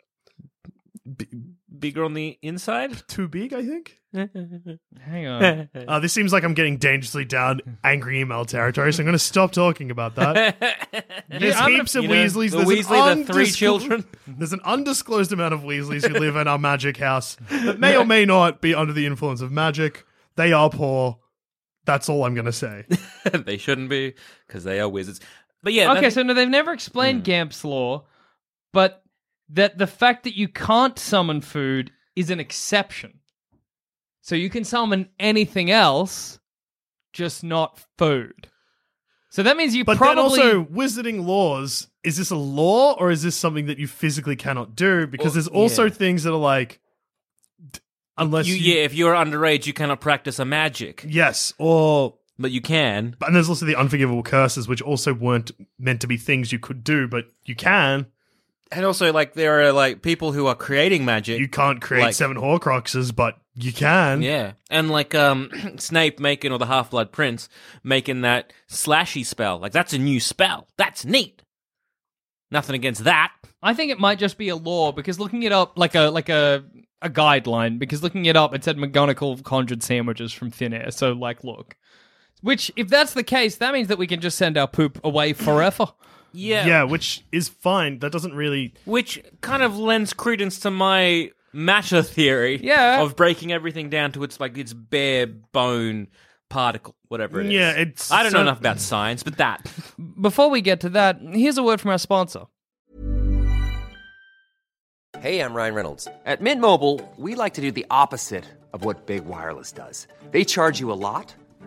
S6: Bigger on the inside.
S4: too big. I think.
S5: Hang on.
S4: Uh, this seems like I'm getting dangerously down angry email territory, so I'm going to stop talking about that. There's
S5: I'm gonna-
S4: heaps of
S6: you know,
S4: Weasleys.
S6: the
S4: There's an
S6: Weasley, the three
S4: undisclo-
S6: children.
S4: There's an undisclosed amount of Weasleys who live in our magic house that may or may not be under the influence of magic. They are poor. That's all I'm going to say.
S6: they shouldn't be because they are wizards. But yeah,
S5: okay,
S6: that-
S5: so no, they've never explained Gamp's law, but that the fact that you can't summon food is an exception. So you can summon anything else, just not food. So that means you
S4: But
S5: probably
S4: then also, wizarding laws is this a law or is this something that you physically cannot do? Because
S6: Well,
S4: there's also
S6: yeah.
S4: things that are like, d- unless
S6: You,
S4: you,
S6: yeah, if you're underage, you cannot practice a magic,
S4: yes, or
S6: but you can.
S4: but- and there's also the unforgivable curses, which also weren't meant to be things you could do, but you can.
S6: And also, like there are like people who are creating magic.
S4: You can't create
S6: Like-
S4: seven Horcruxes, but you can.
S6: Yeah, and like um, Snape making or the Half Blood Prince making that slashy spell. Like that's a new spell. That's neat. Nothing against that.
S5: I think it might just be a law because looking it up like a like a a guideline because looking it up it said McGonagall conjured sandwiches from thin air. So like look. Which if that's the case, that means that we can just send our poop away forever.
S6: Yeah.
S4: yeah, which is fine. That doesn't really
S6: Which kind of lends credence to my matter theory.
S5: Yeah.
S6: Of breaking everything down to its like its bare bone particle, whatever it is.
S4: Yeah, it's
S6: I don't know
S4: so-
S6: enough about science, but that.
S5: Before we get to that, here's a word from our sponsor.
S7: Hey, I'm Ryan Reynolds. At Mint Mobile, we like to do the opposite of what Big Wireless does. They charge you a lot,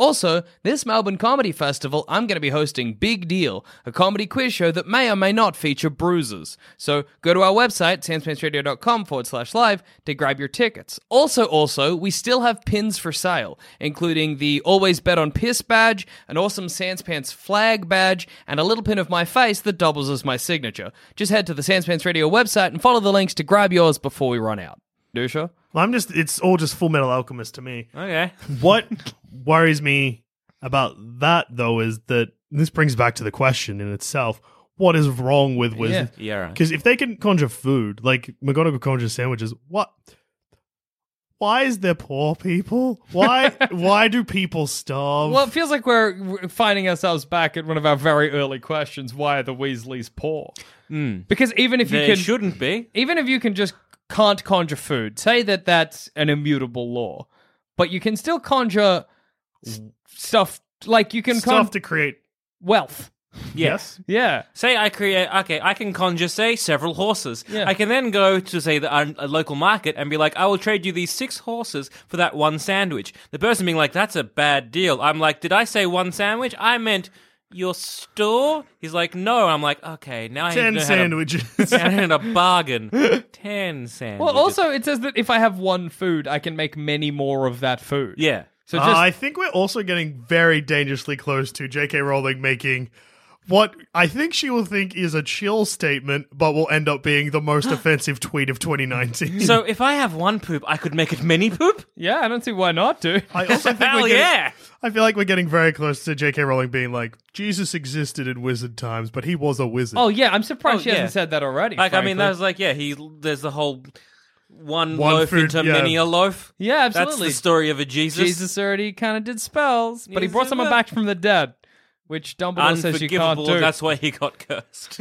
S5: Also, this Melbourne Comedy Festival, I'm going to be hosting Big Deal, a comedy quiz show that may or may not feature bruises. So go to our website, sanspantsradio.com forward slash live, to grab your tickets. Also, also, we still have pins for sale, including the Always Bet on Piss badge, an awesome Sanspants flag badge, and a little pin of my face that doubles as my signature. Just head to the Sanspants Radio website and follow the links to grab yours before we run out. Dusha?
S4: Well, I'm just it's all just full metal alchemist to me.
S6: Okay.
S4: What worries me about that though is that this brings back to the question in itself. What is wrong with wizards?
S6: Yeah, right.
S4: Because if they can conjure food, like McGonagall conjures sandwiches, what? Why is there poor people? Why? why do people starve?
S5: Well, it feels like we're we're finding ourselves back at one of our very early questions: Why are the Weasleys poor? Because even if you
S6: Hmm. They
S5: can,
S6: shouldn't be.
S5: even if you can just can't conjure food, say that that's an immutable law, but you can still conjure s- stuff like you can
S4: stuff
S5: conjure
S4: to create.
S5: wealth.
S4: Yes.
S5: Yeah,
S6: Say I create, okay, I can conjure, say, several horses.
S5: Yeah.
S6: I can then go to, say, the, uh, a, a local market and be like, I will trade you these six horses for that one sandwich. The person being like, that's a bad deal. I'm like, did I say one sandwich? I meant your store? He's like, no. I'm like, okay, now I
S4: Ten
S6: know
S4: sandwiches.
S6: How to, I know how to bargain. Ten sandwiches.
S5: Well, also it says that if I have one food, I can make many more of that food.
S6: yeah.
S5: So just
S4: Uh, I think we're also getting very dangerously close to J.K. Rowling making what I think she will think is a chill statement, but will end up being the most offensive tweet of 2019.
S6: So if I have one poop, I could make it many poop?
S5: yeah, I don't see why not, dude.
S4: I also think
S6: Hell
S4: we're getting-
S6: yeah.
S4: I feel like we're getting very close to J.K. Rowling being like, Jesus existed in wizard times, but he was a wizard.
S5: Oh yeah, I'm surprised
S6: Oh,
S5: she
S6: yeah.
S5: hasn't said that already.
S6: Like, I mean,
S5: frankly.
S6: that was like, yeah, he, there's the whole one,
S4: One
S6: loaf
S4: food,
S6: into
S4: yeah.
S6: many a loaf.
S5: yeah,
S6: That's
S5: absolutely.
S6: the story of a Jesus.
S5: Jesus already kind of did spells, but he
S6: He's
S5: brought
S6: a
S5: someone
S6: villain.
S5: back from the dead, which Dumbledore says you can't
S6: Unforgivable.
S5: do.
S6: That's why he got cursed.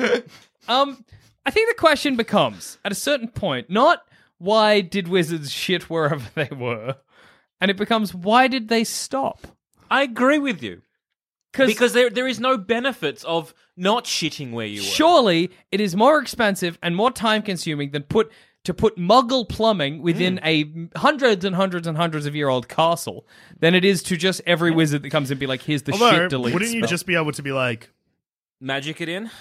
S5: Um, I think the question becomes at a certain point, not why did wizards shit wherever they were, and it becomes why did they stop?
S6: I agree with you because there there is no benefits of not shitting where you were.
S5: surely it is more expensive and more time consuming than put to put muggle plumbing within
S6: Mm.
S5: a hundreds and hundreds and hundreds of year old castle than it is to just every
S6: Mm.
S5: wizard that comes and be like, here's the
S4: Although,
S5: shit delete.
S4: wouldn't you
S5: spell.
S4: just be able to be like,
S6: magic it in.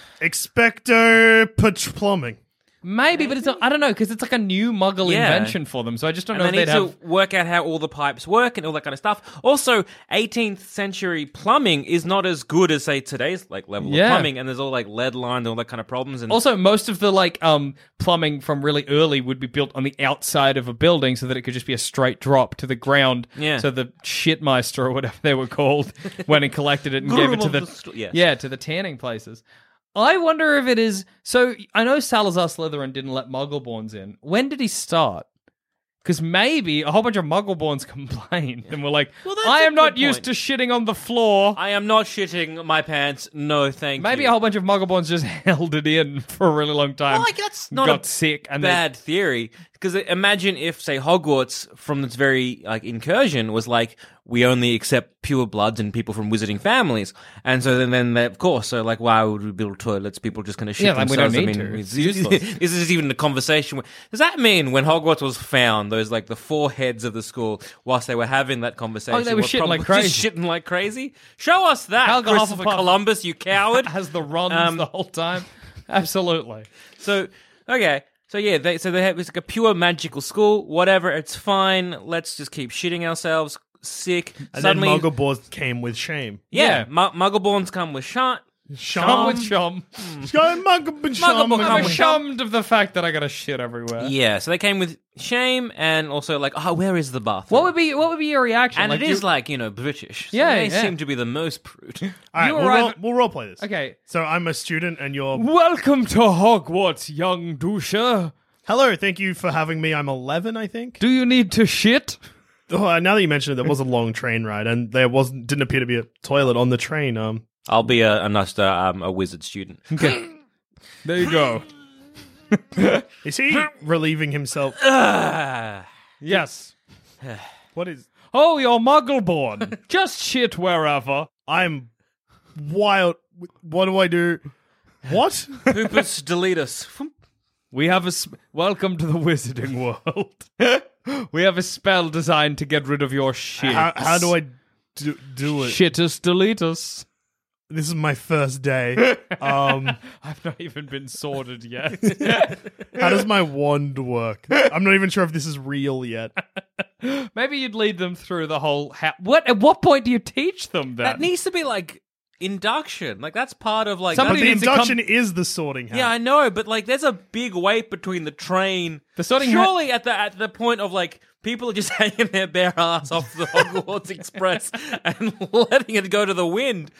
S4: Expecto Patch Plumbing?
S5: Maybe, but it's not, I don't know because it's like a new Muggle
S6: Yeah.
S5: invention for them. So I just don't
S6: And
S5: know
S6: they
S5: if
S6: need
S5: they'd
S6: to
S5: have.
S6: work out how all the pipes work and all that kind of stuff. Also, 18th century plumbing is not as good as say today's like level
S5: Yeah.
S6: of plumbing, and there's all like lead lines and all that kind of problems. And
S5: Also, most of the like um plumbing from really early would be built on the outside of a building so that it could just be a straight drop to the ground.
S6: Yeah.
S5: So the shitmeister or whatever they were called went and collected it and gave it to the,
S6: Yes.
S5: yeah to the tanning places. I wonder if it is. So I know Salazar Slytherin didn't let Muggleborns in. When did he start? Because maybe a whole bunch of Muggleborns complained and were like,
S6: Well, that's
S5: "I
S6: a
S5: am not
S6: good
S5: used
S6: point.
S5: to shitting on the floor."
S6: I am not shitting my pants. No, thank
S5: Maybe
S6: you.
S5: a whole bunch of Muggleborns just held it in for a really long time.
S6: Well, like that's not
S5: got
S6: a
S5: sick and
S6: bad theory Because imagine if, say, Hogwarts from its very like incursion was like, we only accept pure bloods and people from wizarding families, and so then, then they, of course, so like, why would we build toilets? People just going to shit
S5: Yeah, like, we don't
S6: themselves.
S5: need
S6: I mean,
S5: to.
S6: it's-
S5: It's useless.
S6: this is even a conversation. where- Does that mean when Hogwarts was found, those like the four heads of the school, whilst they were having that conversation,
S5: were shitting
S6: probably
S5: like
S6: just
S5: crazy.
S6: shitting like crazy? Show us that,
S5: Helga
S6: Christopher
S5: Hufflepuff.
S6: Columbus, you coward!
S5: has the runs
S6: Um,
S5: the whole time. Absolutely.
S6: So okay, so yeah, they so they have it's like a pure magical school. Whatever, it's fine. Let's just keep shitting ourselves. Sick.
S4: And
S6: Suddenly,
S4: then Muggleborn came with shame.
S6: yeah,
S5: Yeah.
S6: Mu- Muggleborns come with shot.
S5: Come
S4: Sham.
S5: with chum.
S4: Go Muggleborn sham.
S6: Muggleborn
S5: I'm
S6: with
S4: Muggleborn.
S5: ashamed of the fact that I got to shit everywhere.
S6: Yeah, so they came with shame and also like, oh, where is the bathroom?
S5: What would be what would be your reaction?
S6: and it
S5: you-
S6: is like you know British. So
S5: Yeah,
S6: they
S5: yeah.
S6: seem to be the most prude.
S4: All right,
S5: You
S4: we'll,
S5: arrive-
S4: role, we'll role play this.
S5: Okay.
S4: So I'm a student and you're.
S5: Welcome to Hogwarts, young doucher.
S4: Hello, thank you for having me. I'm 11, I think.
S5: Do you need to shit?
S4: Oh, now that you mention it, there was a long train ride and there wasn't didn't appear to be a toilet on the train. Um,
S6: I'll be a a, Nuster, um, a wizard student.
S5: There you go.
S4: Is he relieving himself?
S5: yes.
S4: What is.
S5: Oh, you're Muggleborn. Just shit wherever.
S4: I'm wild. What do I do? What?
S6: Poopus delete us.
S5: We have a sp- welcome to the wizarding world. we have a spell designed to get rid of your shit.
S4: how, how do I do, do it?
S5: Shitus deletus.
S4: This is my first day. Um,
S5: I've not even been sorted yet.
S4: how does my wand work? I'm not even sure if this is real yet.
S5: Maybe you'd lead them through the whole. Ha- what? At what point do you teach them
S6: That
S5: that?
S6: needs to be like induction. Like that's part of like.
S4: But
S5: Somebody
S6: that's-
S5: needs to
S4: the
S5: come-
S4: induction is the sorting hat.
S6: Yeah, I know, but like, there's a big wait between the train.
S5: The sorting hat-
S6: surely at the at the point of like people are just hanging their bare ass off the Hogwarts Express and letting it go to the wind.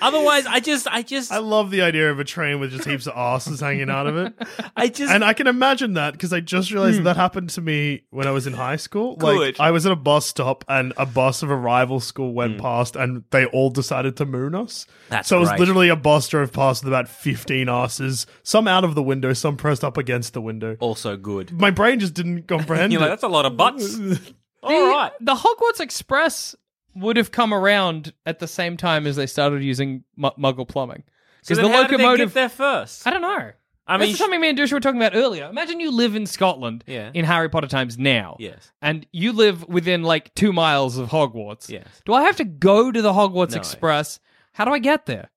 S6: Otherwise, I just, I just,
S4: I
S6: I,
S4: love the idea of a train with just heaps of asses hanging out of it.
S6: just,
S4: And I can imagine that because I just realized that happened to me when I was in high school.
S6: Hmm. Good.
S4: Like I was at a bus stop and a bus of a rival school went past and they all decided to moon us.
S6: Hmm. That's
S4: so it was
S6: great.
S4: literally a bus drove past with about 15 asses, some out of the window, some pressed up against the window.
S6: also good.
S4: My brain just didn't comprehend
S6: You're like,
S4: it.
S6: that's a lot of butts.
S5: the,
S6: All right.
S5: The Hogwarts Express would have come around at the same time as they started using mu- Muggle plumbing.
S6: So
S5: Because
S6: then
S5: the
S6: how did they
S5: locomotive.
S6: get there first?
S5: I don't know. I
S6: I
S5: mean,
S6: mean,
S5: this is something me and Dusha were talking about earlier. Imagine you live in Scotland
S6: Yeah.
S5: in Harry Potter times now.
S6: Yes.
S5: And you live within like two miles of Hogwarts.
S6: Yes.
S5: Do I have to go to the Hogwarts
S6: No.
S5: Express? How do I get there?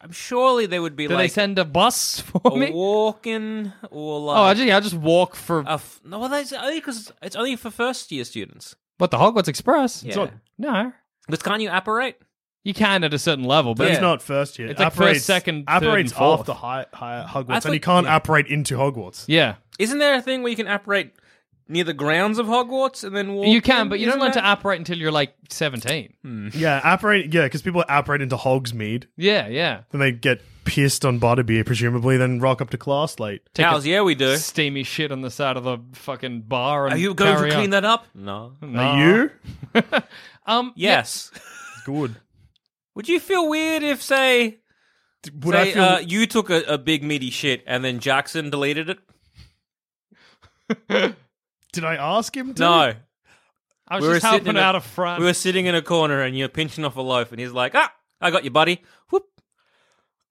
S6: I'm surely they would be
S5: Do
S6: like
S5: they send a bus for
S6: a
S5: me?
S6: walking or like
S5: Oh, I just, yeah, I just walk for
S6: a f- no. Well, that's only because it's only for first year students.
S5: what the Hogwarts Express.
S6: Yeah. not-
S5: no,
S6: But can't you apparate?
S5: you can at a certain level, but
S4: That's
S6: Yeah.
S4: not first year.
S5: It's like first, second, third,
S4: apparates
S5: and fourth.
S4: after high, high Hogwarts,
S6: That's
S4: and you
S6: like-
S4: can't apparate into Hogwarts.
S5: yeah,
S6: Isn't there a thing where you can apparate near the grounds of Hogwarts and then walk?
S5: you can,
S6: in?
S5: but you don't
S6: Isn't
S5: learn to
S6: that- Hmm.
S5: operate until you're like seventeen.
S4: Yeah, apparate. Yeah, because people apparate into Hogsmeade,
S5: Yeah, yeah.
S4: then they get pissed on Butterbeer, presumably, then rock up to class late.
S5: Take a
S6: How's yeah we do.
S5: steamy shit on the side of the fucking bar. And
S6: Are you going
S5: carry
S6: to
S5: on.
S6: clean that up? No.
S5: Ah,
S4: Are you?
S5: Um,
S6: Yes.
S4: Good.
S6: Would you feel weird if say,
S4: Would
S6: say
S4: I feel?
S6: uh, you took a, a big meaty shit and then Jackson deleted it?
S4: did I ask him to?
S6: No.
S5: I was
S6: We were
S5: just
S6: sitting in
S5: helping
S6: a-
S5: out of front.
S6: We were sitting in a corner and you're pinching off a loaf and he's like, ah, I got you, buddy. Whoop.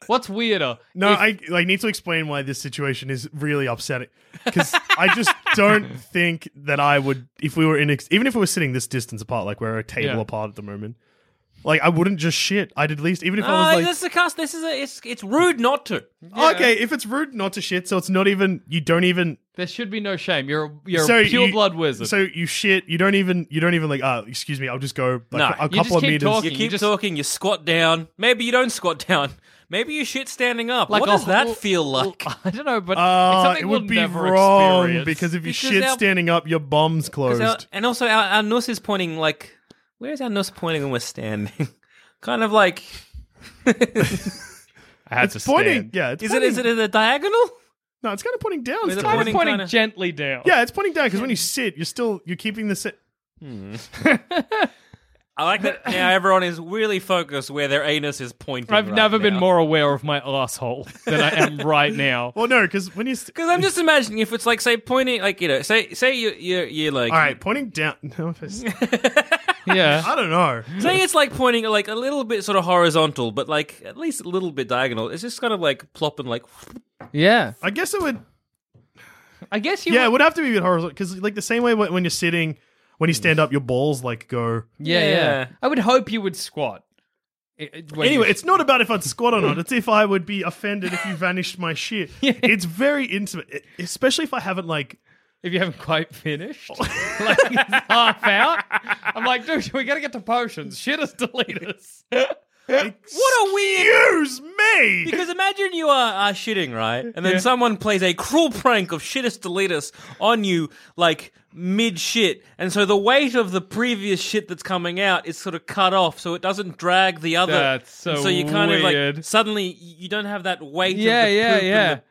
S5: What's weirder?
S4: No,
S5: If-
S4: I like need to explain why this situation is really upsetting because I just don't think that I would if we were in ex- even if we were sitting this distance apart, like we're a table
S5: Yeah.
S4: apart at the moment. Like I wouldn't just shit. I'd at least even if I
S6: Ah,
S4: was like,
S6: this is a cuss. This is a, it's, it's rude not to.
S4: okay, if it's rude not to shit, so it's not even you don't even
S5: there should be no shame. You're a- you're
S4: so
S5: a pure
S4: you-
S5: blood wizard.
S4: So you shit. You don't even you don't even like. Uh, excuse me. I'll just go like
S6: No,
S4: a
S6: you
S4: couple
S5: just
S4: of
S5: keep
S4: meters.
S5: talking.
S6: You
S5: You
S6: keep
S5: just-
S6: talking, you squat down. Maybe you don't squat down. Maybe you shit standing up.
S5: like
S6: what
S5: a
S6: does that
S5: whole-
S6: feel like?
S5: I don't know, but it's
S4: Uh,
S5: something
S4: it
S5: we'll
S4: would be
S5: never
S4: wrong
S5: experience.
S4: because if you
S6: Because
S4: shit
S6: our-
S4: standing up, your bum's closed.
S6: 'Cause our- and also, our, our nose is pointing like. Where is our nose pointing when we're standing? kind of like.
S5: I had
S4: it's pointing. Yeah, it's
S6: Is it,
S4: pointing,
S6: is it at a diagonal?
S4: No, it's kind of pointing down.
S6: Is it
S4: still.
S5: I was
S6: Pointing
S5: pointing
S6: kinda-
S5: gently down.
S4: Yeah, it's pointing down because when you sit, you're still you're keeping the sit.
S6: I like that now everyone is really focused where their anus is pointing.
S5: I've
S6: right
S5: never been
S6: now.
S5: more aware of my asshole than I am right now.
S4: Well, no, because when you
S6: Because I'm just imagining if it's like say pointing like you know say say you you you're like
S4: all right, pointing down. No, if it's-
S5: Yeah.
S4: I don't know.
S6: say it's like pointing like a little bit sort of horizontal, but like at least a little bit diagonal. It's just kind of like plopping like
S5: Yeah.
S4: I guess it would.
S5: I guess you
S4: Yeah, it
S5: would-
S4: would have to be a bit horizontal because, like, the same way when when you're sitting, when you stand up, your balls like go.
S5: yeah, yeah,
S6: Yeah.
S5: I would hope you would squat. It- it- when
S4: Anyway,
S5: you-
S4: it's not about if I'd squat or not. It's if I would be offended if you vanished my shit. It's very intimate, e- especially if I haven't like.
S5: if you haven't quite finished, like it's half out, I'm like, dude, we gotta get to potions. Shit is deleted.
S6: what a weird.
S4: Excuse me.
S6: Because uh, imagine you are, are shitting, right? And then someone plays a cruel prank of shitus deletus on you, like mid shit. And so the weight of the previous shit that's coming out is sort of cut off so it doesn't drag the other.
S5: That's so
S6: And so you kind of like
S5: weird.
S6: suddenly you don't have that weight
S5: Yeah,
S6: of the
S5: yeah,
S6: poop and
S5: yeah.
S6: the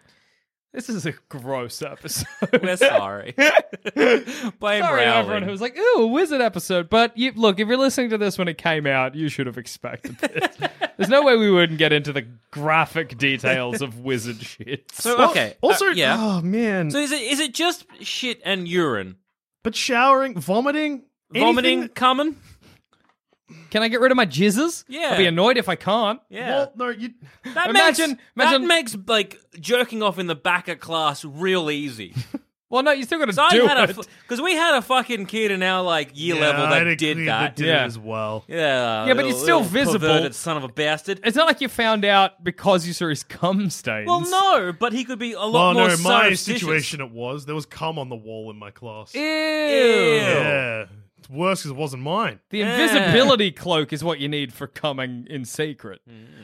S5: This is a gross episode.
S6: We're sorry. Blame
S5: Sorry, to
S6: Rowling.
S5: everyone who was like, "Ooh, a wizard episode." But you, look, if you're listening to this when it came out, you should have expected this. There's no way we wouldn't get into the graphic details of wizard shit.
S6: So okay. uh,
S4: Also,
S6: yeah.
S4: oh man.
S6: So is it is it just shit and urine,
S4: but showering, vomiting, anything-
S6: vomiting, coming?
S5: Can I get rid of my jizzes?
S6: Yeah.
S5: I'll be annoyed if I can't.
S6: Yeah.
S4: Well, no, you.
S6: that
S5: imagine-
S6: makes,
S5: imagine-
S6: that makes like jerking off in the back of class real easy.
S5: Well, no, you still got to
S6: So I
S5: do
S6: had
S5: it.
S6: a because we had a fucking kid in our like year level
S4: Yeah, I
S6: that
S4: had a
S6: did
S4: clean
S6: that.
S4: did it
S5: Yeah.
S4: as well.
S5: Yeah,
S6: yeah,
S5: but
S6: little-
S5: it's still
S6: little
S5: visible.
S6: Perverted son of a bastard.
S5: it's not like you found out because you saw his cum stains.
S6: well, no, but he could be a
S4: Well,
S6: lot more.
S4: Oh, no, my
S6: surreptitious.
S4: situation it was there was cum on the wall in my class.
S5: Ew.
S4: Yeah, it's worse because it wasn't mine.
S5: The invisibility cloak is what you need for coming in secret.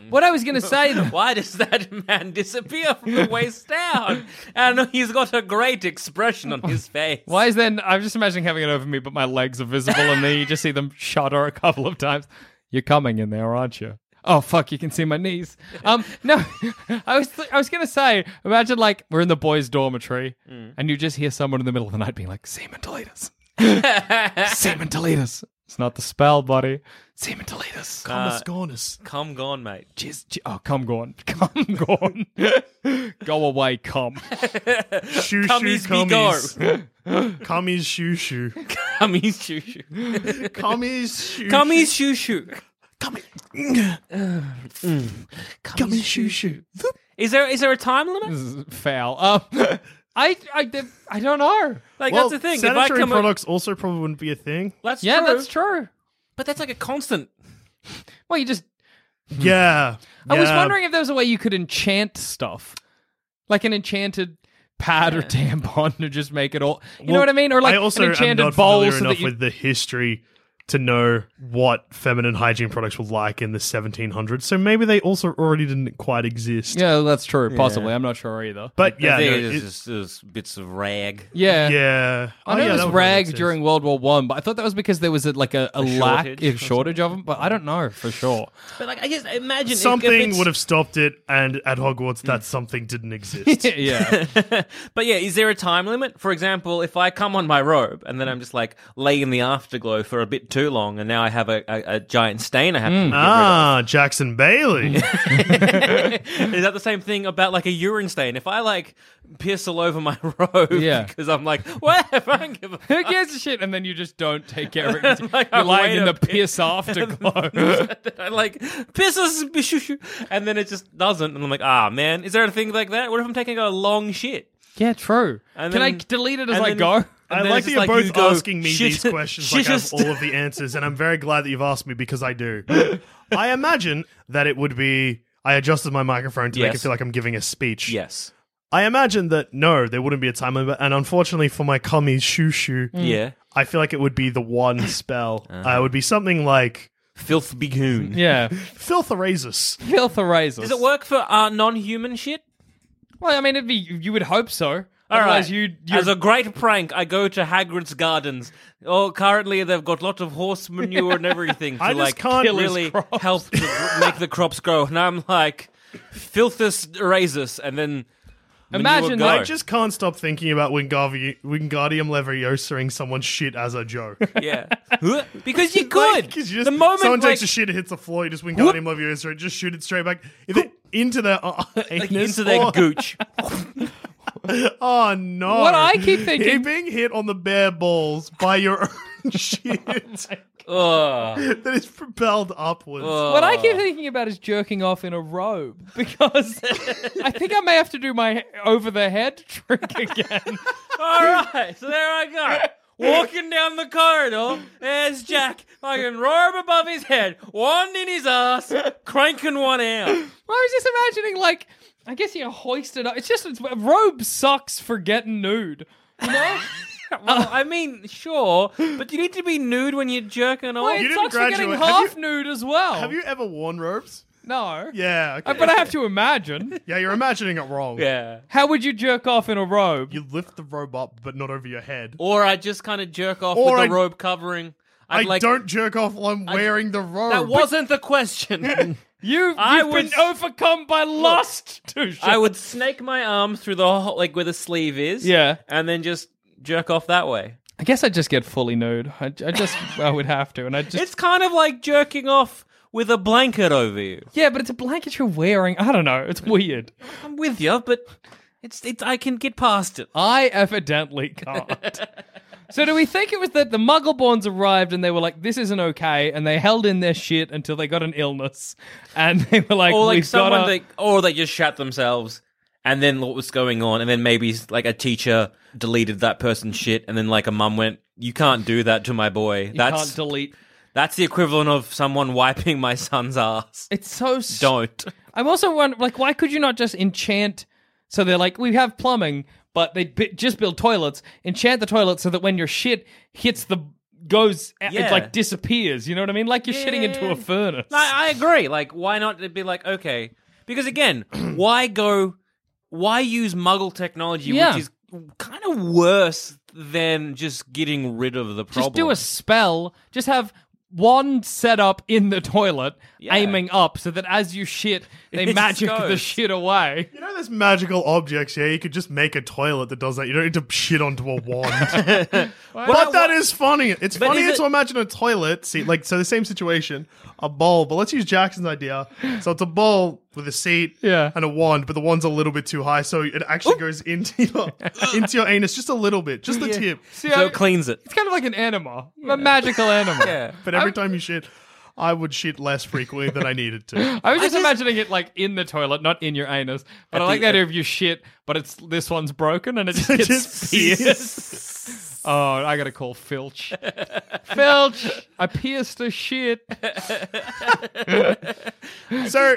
S5: What I was going to say, though,
S6: Why does that man disappear from the waist down? And he's got a great expression on his face.
S5: Why is then? I'm just imagining having it over me, but my legs are visible, and then you just see them shudder a couple of times. You're coming in there, aren't you? Oh fuck! You can see my knees. Um, no, I was I was gonna say, imagine like we're in the boys' dormitory, and you just hear someone in the middle of the night being like, "Semen deletus, semen deletus." It's not the spell, buddy. Semen deletus.
S6: Uh,
S4: Thomas Gornis.
S6: Come gone, mate.
S5: Jizz, j- oh, come gone, come gone, go away, come.
S4: Shoo shoo
S6: Cummies be
S4: cummies. Cummies shoo shoo.
S6: Cummies shoo shoo.
S4: Cummies shoo
S6: Cummies shoo shoo.
S4: Cummies. Cummies shoo shoo.
S6: Is there is there a time limit?
S4: Mm.
S5: This is foul. Um, I I I don't know.
S6: Like
S4: Well,
S6: that's the thing. If I
S4: sanitary
S6: come
S4: products also probably wouldn't be a thing.
S6: Up, that's
S5: Yeah,
S6: true,
S5: that's true.
S6: But that's like a constant.
S5: Well, you just.
S6: Hmm.
S4: Yeah.
S5: I was
S4: yeah.
S5: wondering if there was a way you could enchant stuff, like an enchanted pad or tampon to just make it all. You know
S4: Well,
S5: what I mean? Or like
S4: I also
S5: an
S4: am
S5: enchanted
S4: not
S5: bowl
S4: familiar
S5: so
S4: enough
S5: that you.
S4: with the history to know what feminine hygiene products were like in the 1700s. So maybe they also already didn't quite exist.
S5: yeah, that's true. Possibly, I'm not sure either.
S4: But yeah,
S6: I think
S4: no,
S6: it's
S4: it-
S6: just it's bits of rag.
S5: yeah.
S4: yeah.
S5: I
S4: Oh,
S5: know
S4: yeah,
S5: it
S4: that
S5: was
S4: would
S5: rags
S4: make sense.
S5: during World War One, but I thought that was because there was a, like a, a, lack
S6: shortage
S5: if shortage of them. But I don't know for sure.
S6: But like I guess imagine if- if,
S4: something
S6: it's-
S4: would have stopped it, and at Hogwarts, that something didn't exist.
S5: yeah,
S6: But yeah, is there a time limit? For example, if I come on my robe and then I'm just like lay in the afterglow for a bit too long, and now I have a, a, a giant stain I have
S5: Hmm.
S6: to
S4: ah, Jackson Bailey.
S6: Is that the same thing about like a urine stain? If I like piss all over my robe
S5: Yeah.
S6: because I'm like, whatever, I don't give a
S5: who gives a shit? And then you just don't take care of it. 'cause
S6: Like,
S5: You're
S6: I
S5: lying
S6: wait
S5: in
S6: a
S5: the
S6: bit.
S5: piss afterglow.
S6: that I like pisses, and then it just doesn't, and I'm like, ah, man, is there a thing like that? What if I'm taking a long shit?
S5: yeah, true.
S6: And
S5: Can I
S6: then-
S5: delete it as
S6: and
S5: I
S6: then-
S5: go?
S6: and
S4: I
S6: then
S4: like
S6: it's
S4: that
S6: just
S4: you're
S6: you
S4: both
S6: go,
S4: asking me
S6: "Shit,
S4: these questions like I have
S6: shit,
S4: all of the answers, and I'm very glad that you've asked me because I do. I imagine that it would be. I adjusted my microphone to make it
S6: Yes.
S4: feel like I'm giving a speech.
S6: Yes.
S4: I imagine that no, there wouldn't be a time limit, and unfortunately for my commie shoo shoo,
S5: Hmm.
S6: Yeah.
S4: I feel like it would be the one spell. I would be something like
S6: Filth begoon.
S5: Yeah,
S4: Filtherasus.
S5: filth erasers.
S6: Does it work for uh, non-human shit?
S5: Well, I mean, it'd be you would hope so.
S6: All right.
S5: Otherwise, you you
S6: As a great prank, I go to Hagrid's gardens. Oh, currently they've got lots of horse manure and everything to
S4: I just
S6: like
S4: can't kill his
S6: really
S5: crops.
S6: help to gr- make the crops grow. And I'm like, filthus erasus, and then
S5: Imagine
S6: go.
S4: I just can't stop thinking about Wingardi- Wingardium Leviosaing someone's shit as a joke.
S6: Yeah, because you
S4: Like,
S6: could.
S4: 'cause you just-
S6: the moment
S4: someone
S6: like,
S4: takes a shit, it hits the floor, you just Wingardium Leviosa, just shoot it straight back If it- into their uh,
S6: like,
S4: anus
S6: into their
S4: or-
S6: gooch.
S4: Oh no!
S5: What I keep thinking-
S4: You're being hit on the bare balls by your own shit
S6: Ugh.
S4: that is propelled upwards.
S5: What I
S6: Oh.
S5: keep thinking about is jerking off in a robe because I think I may have to do my over the head trick again.
S6: All right, so there I go. Walking down the corridor, there's Jack, fucking robe above his head, wand in his ass, cranking one out.
S5: I was just imagining, like, I guess you hoist it up. It's just, it's, a robe sucks for getting nude. You know?
S6: Well, Oh, I mean, sure, but you need to be nude when you're jerking off.
S5: Well,
S4: You
S5: it
S4: didn't
S5: sucks for getting
S4: graduate. Have
S5: half nude as well.
S4: Have you ever worn robes?
S5: No.
S4: Yeah, okay.
S5: Uh, But I have to imagine.
S4: yeah, you're imagining it wrong.
S6: yeah.
S5: How would you jerk off in a robe?
S4: you lift the robe up, but not over your head.
S6: Or I just kind of jerk off
S4: Or
S6: with
S4: I-
S6: the robe covering. I'd
S4: I
S6: like,
S4: don't jerk off while I'm wearing the robe.
S6: That wasn't the question.
S5: You, you've
S6: I
S5: been
S6: was-
S5: overcome by lust, Touche.
S6: I would snake my arm through the whole, like where the sleeve is.
S5: Yeah.
S6: And then just jerk off that way.
S5: I guess I'd just get fully nude. I, I just, I would have to. And I just.
S6: It's kind of like jerking off with a blanket over you.
S5: yeah, but it's a blanket you're wearing. I don't know. It's weird.
S6: I'm with you, but it's it's I can get past it.
S5: I evidently can't. so do we think it was that the Muggleborns arrived and they were like, "This isn't okay," and they held in their shit until they got an illness, and they were like,
S6: Or like
S5: "We've got
S6: someone
S5: to."
S6: they or they just shat themselves and then what was going on and then maybe like a teacher deleted that person's shit and then like a mum went, You can't do that to my boy.
S5: you
S6: that's
S5: can't delete."
S6: that's the equivalent of someone wiping my son's ass.
S5: It's so. s
S6: Don't.
S5: I'm also wondering, like, why could you not just enchant? So they're like, "We have plumbing, but they bi- just build toilets. Enchant the toilet so that when your shit hits the goes,
S6: Yeah.
S5: it like disappears. You know what I mean? Like you're shitting
S6: yeah,
S5: into
S6: yeah.
S5: a furnace."
S6: I, I agree. Like, why not be like, okay? Because again, why go? Why use Muggle technology,
S5: Yeah.
S6: which is kind of worse than just getting rid of the problem?
S5: Just do a spell. Just have one set up in the toilet,
S6: Yeah.
S5: aiming up, so that as you shit, they
S6: It
S5: magic
S6: goes.
S5: the shit away.
S4: You know, there's magical objects. Yeah, you could just make a toilet that does that. You don't need to shit onto a wand. but that is funny. It's
S6: But
S4: funnier
S6: is it-
S4: to imagine a toilet. See, like so, the same situation, a bowl. But let's use Jackson's idea. So it's a bowl with a seat,
S5: Yeah.
S4: and a wand. But the wand's a little bit too high, so it
S6: Oh.
S4: actually goes into your into your anus just a little bit, just the tip.
S6: so it cleans it.
S5: It's kind of like an enema, a magical enema.
S4: But every time you shit, I would shit less frequently than I needed to.
S5: I was just imagining it like in the toilet, not in your anus. But I like the idea of you shit, but it's this one's broken and it just gets
S4: Just
S5: pierced. oh, I gotta call Filch. Filch, I pierced a shit.
S4: So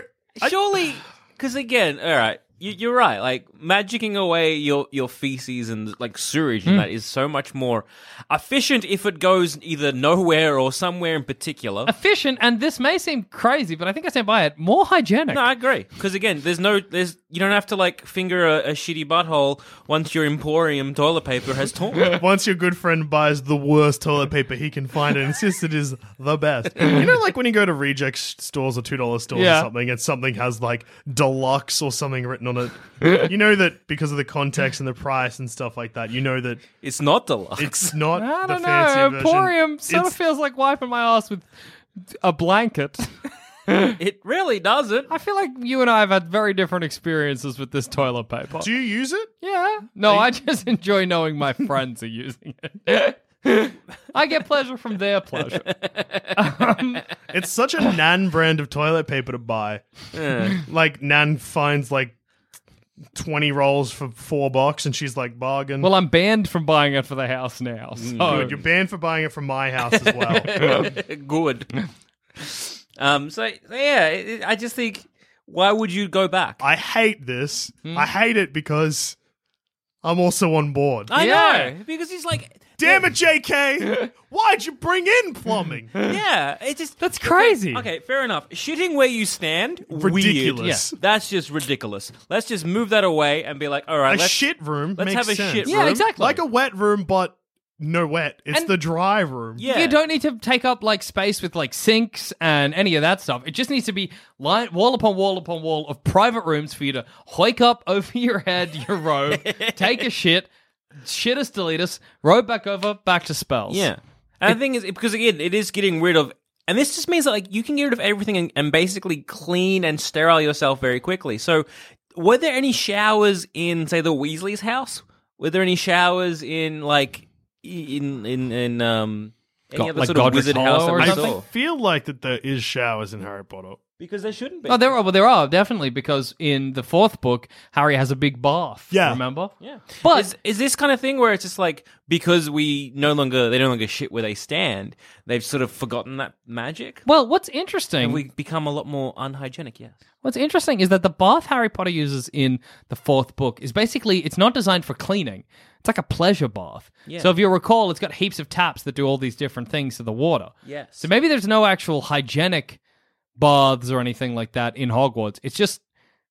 S6: Surely, because again, all right, you, you're right. Like magicking away your your feces and like sewage
S4: Hmm.
S6: and that is so much more efficient if it goes either nowhere or somewhere in particular.
S5: Efficient, and this may seem crazy, but I think I stand by it. More hygienic.
S6: No, I agree. Because again, there's no, there's you don't have to like finger a, a shitty butthole once your Emporium toilet paper has torn.
S4: Once your good friend buys the worst toilet paper he can find and insists it is the best. You know, like when you go to reject s- stores or $2 stores
S5: Yeah.
S4: or something and something has like deluxe or something written on it, you know that because of the context and the price and stuff like that, you know that
S6: it's not deluxe.
S4: it's not
S5: I
S4: the
S5: don't
S4: fancy
S5: know. Emporium
S4: version.
S5: sort of
S4: It's-
S5: feels like wiping my ass with a blanket.
S6: it really doesn't.
S5: I feel like you and I have had very different experiences with this toilet paper.
S4: do you use it?
S5: yeah. No, I just enjoy knowing my friends are using it. I get pleasure from their pleasure.
S4: It's such a Nan brand of toilet paper to buy. Like Nan finds like 20 rolls for four bucks and she's like bargain.
S5: Well, uh, I'm banned from buying it for the house now. So
S4: Good, You're banned for buying it from my house as well.
S6: Good. Um. So yeah, it, it- I just think why would you go back?
S4: I hate this.
S6: Hmm?
S4: I hate it because I'm also on board.
S6: I
S5: Yeah.
S6: know because he's like,
S4: Damn it, JK! Why'd you bring in plumbing?
S6: yeah, it's just
S5: that's crazy.
S6: Okay, fair enough. Shitting where you stand,
S4: Ridiculous.
S6: Weird. That's just ridiculous. Let's just move that away and be like, all right,
S4: A
S6: let's
S4: shit room
S6: let's
S4: makes
S6: have a
S4: sense.
S6: shit
S5: Yeah,
S6: room.
S5: exactly.
S4: Like a wet room, but no wet. It's the dry room.
S6: Yeah.
S5: You don't need to take up like space with like sinks and any of that stuff. It just needs to be line wall upon wall upon wall of private rooms for you to hike up over your head, your robe, take a shit, shit us, delete us, robe back over, back to spells.
S6: Yeah. And the thing is, because again, it is getting rid of, and this just means that like you can get rid of everything and, and basically clean and sterile yourself very quickly. So, were there any showers in, say, the Weasley's house? Were there any showers in like i- in in in um any
S5: Go-
S6: other
S5: like
S6: sort of
S5: Godric's
S6: wizard
S5: Hollow
S6: house that
S5: or
S6: we
S4: I
S5: something?
S6: saw?
S4: feel like that there is showers in Harry Potter.
S6: Because there shouldn't be.
S5: Oh, there are. Well, there are definitely because in the fourth book, Harry has a big bath.
S4: Yeah.
S5: remember?
S6: Yeah.
S5: But-
S6: is, is this kind of thing where it's just like because we no longer they no longer shit where they stand, they've sort of forgotten that magic?
S5: Well, what's
S6: And
S5: interesting?
S6: we become a lot more unhygienic, yes.
S5: What's interesting is that the bath Harry Potter uses in the fourth book is basically it's not designed for cleaning. It's like a pleasure bath.
S6: Yeah.
S5: So if you recall, it's got heaps of taps that do all these different things to the water.
S6: Yes.
S5: So maybe there's no actual hygienic baths or anything like that in Hogwarts. It's just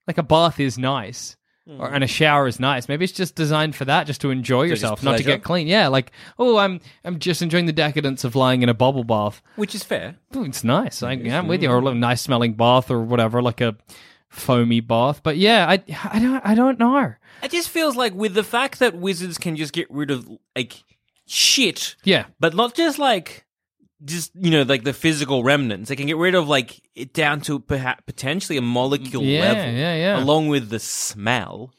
S5: like a bath is nice. Or, and a shower is nice. Maybe it's just designed for that, just to enjoy
S6: Hmm. just
S5: yourself, not to
S6: pleasure?
S5: get clean. Yeah, like oh, I'm I'm just enjoying the decadence of lying in a bubble bath.
S6: Which is fair.
S5: Ooh, it's nice. I, I'm with you. Or a little nice smelling bath or whatever, like a foamy bath. But yeah, I, I don't I don't know.
S6: It just feels like with the fact that wizards can just get rid of like shit,
S5: Yeah.
S6: but not just like just you know like the physical remnants. They can get rid of like it down to perhaps potentially a molecule
S5: Yeah,
S6: level,
S5: yeah, yeah.
S6: along with the smell.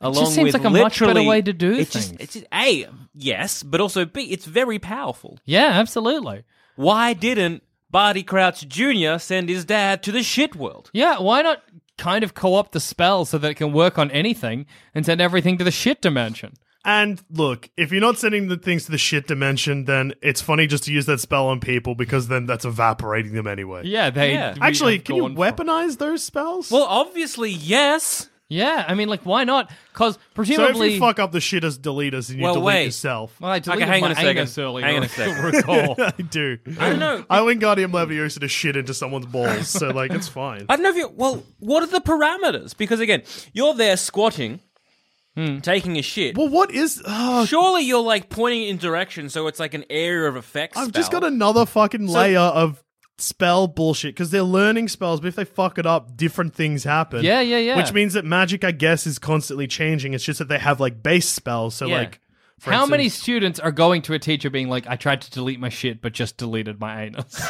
S6: Along
S5: seems
S6: with
S5: like a much better
S6: literally-
S5: way to do
S6: it's
S5: things.
S6: Just, it's just, a yes, but also b it's very powerful.
S5: Yeah, absolutely.
S6: Why didn't Barty Crouch Jr. send his dad to the shit world?
S5: Yeah, why not kind of co opt the spell so that it can work on anything and send everything to the shit dimension?
S4: And look, if you're not sending the things to the shit dimension, then it's funny just to use that spell on people because then that's evaporating them anyway.
S5: Yeah, they
S6: Yeah.
S5: we
S4: Actually,
S5: have
S4: can you
S5: gone for-
S4: weaponize those spells?
S6: Well, obviously yes.
S5: Yeah, I mean like why not? Because
S4: so if
S5: presumably
S4: you fuck up the shit as deleters and you
S6: Well,
S4: delete
S6: wait.
S4: yourself,
S5: well, I deleted
S6: Okay, hang
S5: my
S6: on a second.
S5: anus earlier.
S6: Hang on a second.
S5: Recall.
S4: I do.
S6: I don't know.
S4: I Wingardium Leviosa to shit into someone's balls, so like it's fine.
S6: I don't know if you. Well, what are the parameters? Because again, you're there squatting,
S5: Hmm.
S6: taking a shit.
S4: well, what is? Oh,
S6: Surely you're like pointing in direction, so it's like an area of effect.
S4: I've just
S6: spell.
S4: got another fucking layer of spell bullshit because they're learning spells, but if they fuck it up, different things happen.
S5: Yeah, yeah, yeah.
S4: Which means that magic, I guess, is constantly changing. It's just that they have like base spells. So
S5: Yeah.
S4: like, for
S5: How many
S4: instance-
S5: students are going to a teacher being like, I tried to delete my shit, but just deleted my anus?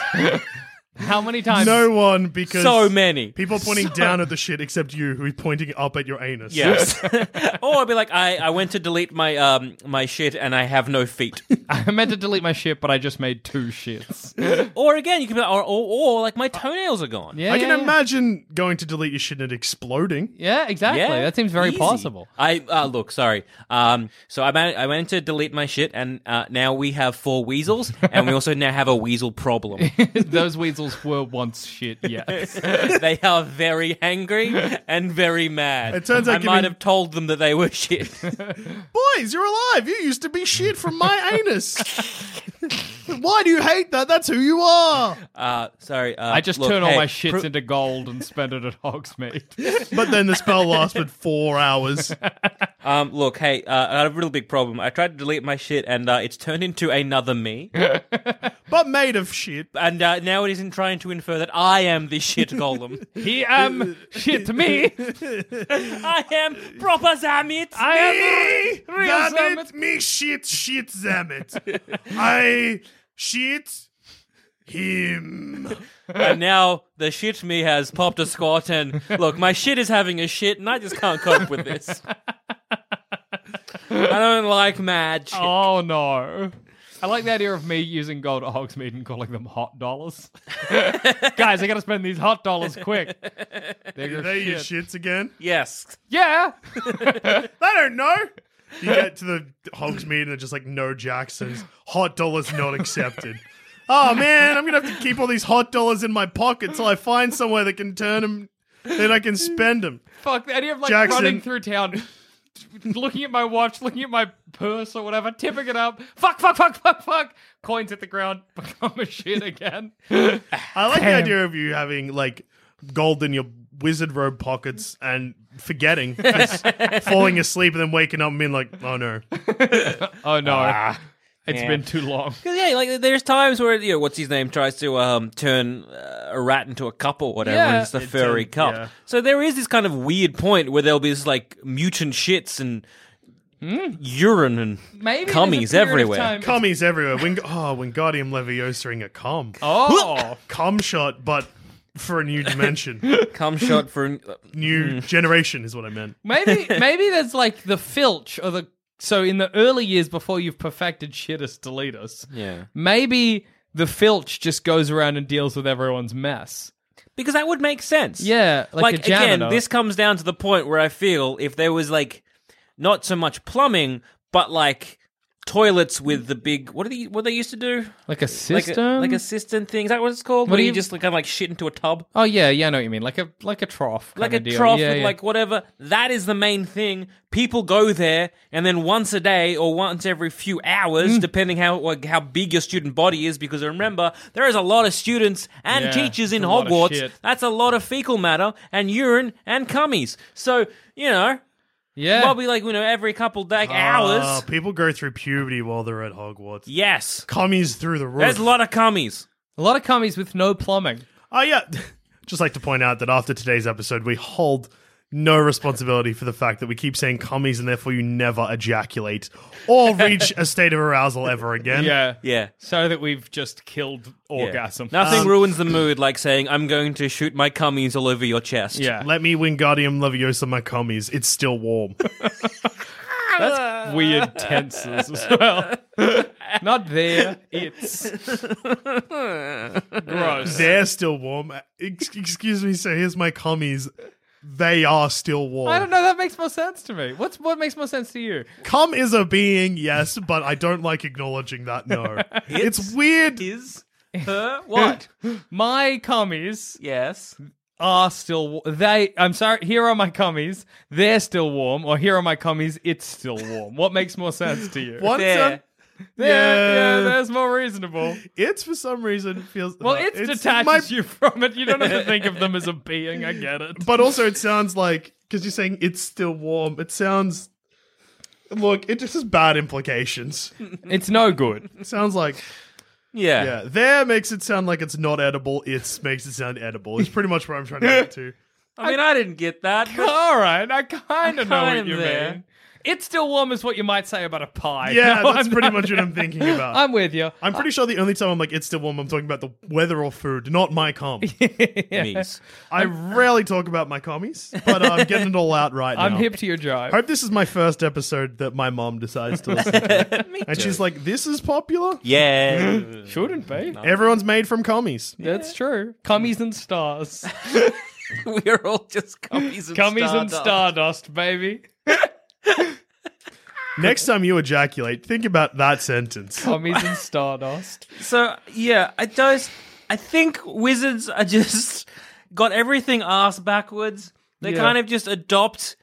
S5: How many times?
S4: No one because
S6: so many.
S4: people pointing down at the shit except you, who's pointing up at your anus.
S6: Yes. or I'd be like, I, I went to delete my um my shit and I have no feet.
S5: I meant to delete my shit, but I just made two shits.
S6: or again, you could be like, or, or, or like my toenails are gone.
S5: Yeah,
S4: I can
S5: yeah, yeah.
S4: imagine going to delete your shit and it exploding.
S5: Yeah, exactly.
S6: Yeah,
S5: that seems very
S6: easy.
S5: possible.
S6: I uh, look sorry. Um, so I man- I went to delete my shit, and uh, now we have four weasels, and we also now have a weasel problem.
S5: Those weasels were once shit, yes.
S6: they are very angry and very mad.
S4: It turns out
S6: I might
S4: giving-
S6: have told them that they were shit.
S4: Boys, you're alive. You used to be shit from my anus. Why do you hate that? That's who you are.
S6: Uh, sorry, uh,
S5: I just
S6: look,
S5: turn all
S6: hey,
S5: my shits
S6: pro-
S5: into gold and spend it at Hogsmeade.
S4: But then the spell lasted four hours.
S6: Um, look, hey, uh, I have a real big problem. I tried to delete my shit, and uh, it's turned into another me,
S4: but made of shit.
S6: and uh, now it isn't trying to infer that I am the shit golem.
S5: He am shit to me.
S6: I am proper Zamit.
S5: I am. real
S4: Damn
S5: Zamet.
S4: it, me shit, shit, damn it. I shit him.
S6: and now the shit me has popped a squat, and look, my shit is having a shit, and I just can't cope with this. I don't like mad shit.
S5: Oh, no. I like the idea of me using gold at Hogsmeade and calling them hot dollars. Guys, I gotta spend these hot dollars quick. There
S4: Are
S5: goes
S4: they your
S5: shit.
S4: shits again?
S6: Yes.
S5: Yeah.
S4: I don't know. You get to the Hogsmeade and they're just like, no Jacksons. Hot dollars not accepted. Oh man, I'm gonna have to keep all these hot dollars in my pocket till I find somewhere that can turn them, then I can spend them.
S5: Fuck the idea of like
S4: Jackson.
S5: running through town, looking at my watch, looking at my purse or whatever, tipping it up. Fuck, fuck, fuck, fuck, fuck. Coins hit the ground, become a shit again. Oh,
S4: I like the idea of you having like gold in your wizard robe pockets and forgetting, just falling asleep and then waking up and being like, oh no.
S5: oh no. It's
S6: Ah, Yeah.
S5: been too long.
S6: 'Cause, yeah, like there's times where you know what's his name tries to um turn uh, a rat into a cup or whatever.
S5: Yeah.
S6: and it's the furry
S4: turned-
S6: cup.
S4: yeah.
S6: So there is this kind of weird point where there'll be this like mutant shits and
S5: Hmm.
S6: urine and
S5: Maybe
S6: cummies everywhere.
S4: Commies everywhere. Wing- oh, Wingardium Leviosa in a com.
S5: Oh,
S4: Com shot, but for a new dimension.
S6: Cum shot for
S5: Hmm.
S4: new generation is what I meant.
S5: maybe maybe there's like the filch or the so in the early years before you've perfected shitus deletus.
S6: yeah.
S5: Maybe the filch just goes around and deals with everyone's mess.
S6: because that would make sense.
S5: Yeah, like a
S6: again,
S5: janitor.
S6: this comes down to the point where I feel if there was like not so much plumbing, but like toilets with the big what are they what they used to do
S5: Like a
S6: like a,
S5: system?
S6: like a cistern thing is that what it's called
S5: What
S6: where
S5: do
S6: you,
S5: you-
S6: just like, kind of like shit into a tub
S5: Oh yeah, yeah, I know what you mean. Like a like a trough.
S6: like a
S5: kinda deal.
S6: trough
S5: Yeah,
S6: with
S5: yeah.
S6: like whatever that is the main thing people go there and then once a day or once every few hours
S5: Mm.
S6: depending how like, how big your student body is because remember there is a lot of students and
S5: Yeah,
S6: teachers in
S5: it's a lot of
S6: hogwarts
S5: shit.
S6: that's a lot of fecal matter and urine and cummies so you know
S5: yeah.
S6: probably like you know every couple like
S4: Ah,
S6: hours
S4: people go through puberty while they're at Hogwarts.
S6: yes
S4: Commies through the roof.
S6: there's a lot of cummies
S5: a lot of cummies with no plumbing.
S4: Oh yeah. Just like to point out that after today's episode, we hold no responsibility for the fact that we keep saying commies and therefore you never ejaculate or reach a state of arousal ever again.
S5: Yeah.
S6: yeah
S5: So that we've just killed
S6: Yeah.
S5: orgasm. Um,
S6: Nothing ruins the mood like saying, I'm going to shoot my cummies all over your chest.
S5: Yeah.
S4: Let me Wingardium Leviosa my commies. It's still warm.
S5: That's weird tenses as well. Not there. It's gross.
S4: They're still warm. Ex- excuse me, sir. Here's my commies. They are still warm.
S5: I don't know. That makes more sense to me. What's what makes more sense to you?
S4: Cum is a being, yes, but I don't like acknowledging that. No, it's, weird.
S6: Is her what?
S5: My cummies
S6: yes.
S5: are still wa- they. I'm sorry. Here are my cummies. They're still warm. Or here are my cummies. It's still warm. What makes more sense to you?
S4: Once
S6: There.
S5: Yeah, yeah,
S4: Yeah.
S5: that's more reasonable.
S4: it's for some reason feels
S5: Well,
S4: uh,
S5: it's,
S4: my-
S5: detaches you from it. You don't have to think of them as a being. I get it.
S4: But also, it sounds like because you're saying it's still warm. It sounds. Look, it just has bad implications.
S5: It's no good.
S4: It sounds like
S6: Yeah.
S4: yeah, there makes it sound like it's not edible. It makes it sound edible. It's pretty much what I'm trying to get to.
S6: I mean, I didn't get that. but-
S5: All right, I kind of know
S6: I'm
S5: what you
S6: there.
S5: mean. It's still warm is what you might say about a pie.
S4: Yeah,
S5: No,
S4: that's
S5: I'm
S4: pretty
S5: not-
S4: much what I'm thinking about.
S5: I'm with you.
S4: I'm pretty sure the only time I'm like it's still warm, I'm talking about the weather or food, not my cum.
S6: Meese.
S4: I rarely talk about my commies, but I'm getting it all out right now.
S5: I'm hip to your jive.
S4: Hope this is my first episode that my mom decides to listen to. and she's like, this is popular?
S6: Yeah.
S5: Shouldn't be.
S4: Everyone's made from commies.
S5: That's true. Cummies and stars.
S6: We're all just cummies and
S5: Cummies and
S6: stardust.
S5: stardust, baby.
S4: Next time you ejaculate, think about that sentence.
S5: Cummies and stardust.
S6: So, yeah, I just. I think wizards are just. got everything ass backwards. They
S5: Yeah.
S6: kind of just adopt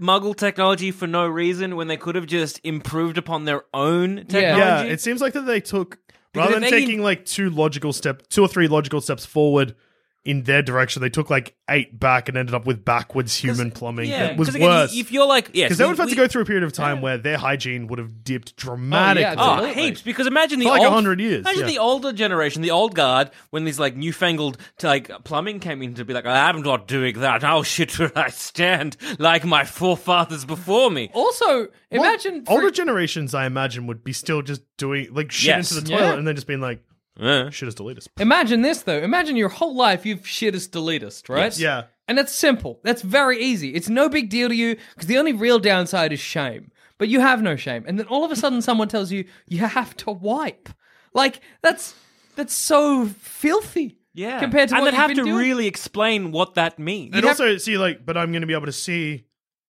S6: muggle technology for no reason when they could have just improved upon their own technology.
S4: Yeah, Uh, it seems like that they took
S6: Because
S4: rather
S6: they're
S4: than
S6: making-
S4: taking like two logical step, two or three logical steps forward in their direction, they took like eight back and ended up with backwards human plumbing.
S6: Yeah,
S4: that was
S6: 'cause again,
S4: worse.
S6: If you're like, yeah,
S4: Because
S6: so
S4: they would have
S6: we-
S4: had to go through a period of time where their hygiene would have dipped
S5: Oh,
S4: dramatically.
S5: yeah,
S6: Oh,
S5: Absolutely.
S6: heaps! Because imagine the
S4: For like
S6: old,
S4: 100 years,
S6: Imagine
S4: yeah.
S6: the older generation, the old guard, when these like newfangled to, like plumbing came in to be like, I'm not doing that. How shit will I stand like my forefathers before me?
S5: Also,
S4: Well,
S5: imagine
S4: older
S5: free-
S4: generations. I imagine would be still just doing like shit
S6: Yes.
S4: into the
S5: Yeah.
S4: toilet and then just being like,
S6: Yeah.
S4: "Shit is deleted."
S5: Imagine this though. Imagine your whole life you've shittest deletest, right?
S4: Yeah.
S5: And that's simple. That's very easy. It's no big deal to you because the only real downside is shame. But you have no shame. And then all of a sudden someone tells you you have to wipe. Like that's that's so filthy.
S6: Yeah,
S5: Compared to
S6: and
S5: what
S6: they'd
S5: you've
S6: have
S5: been
S6: to
S5: doing.
S6: really explain what that means.
S4: And
S5: have-
S4: also, see, like, but I'm going to be able to see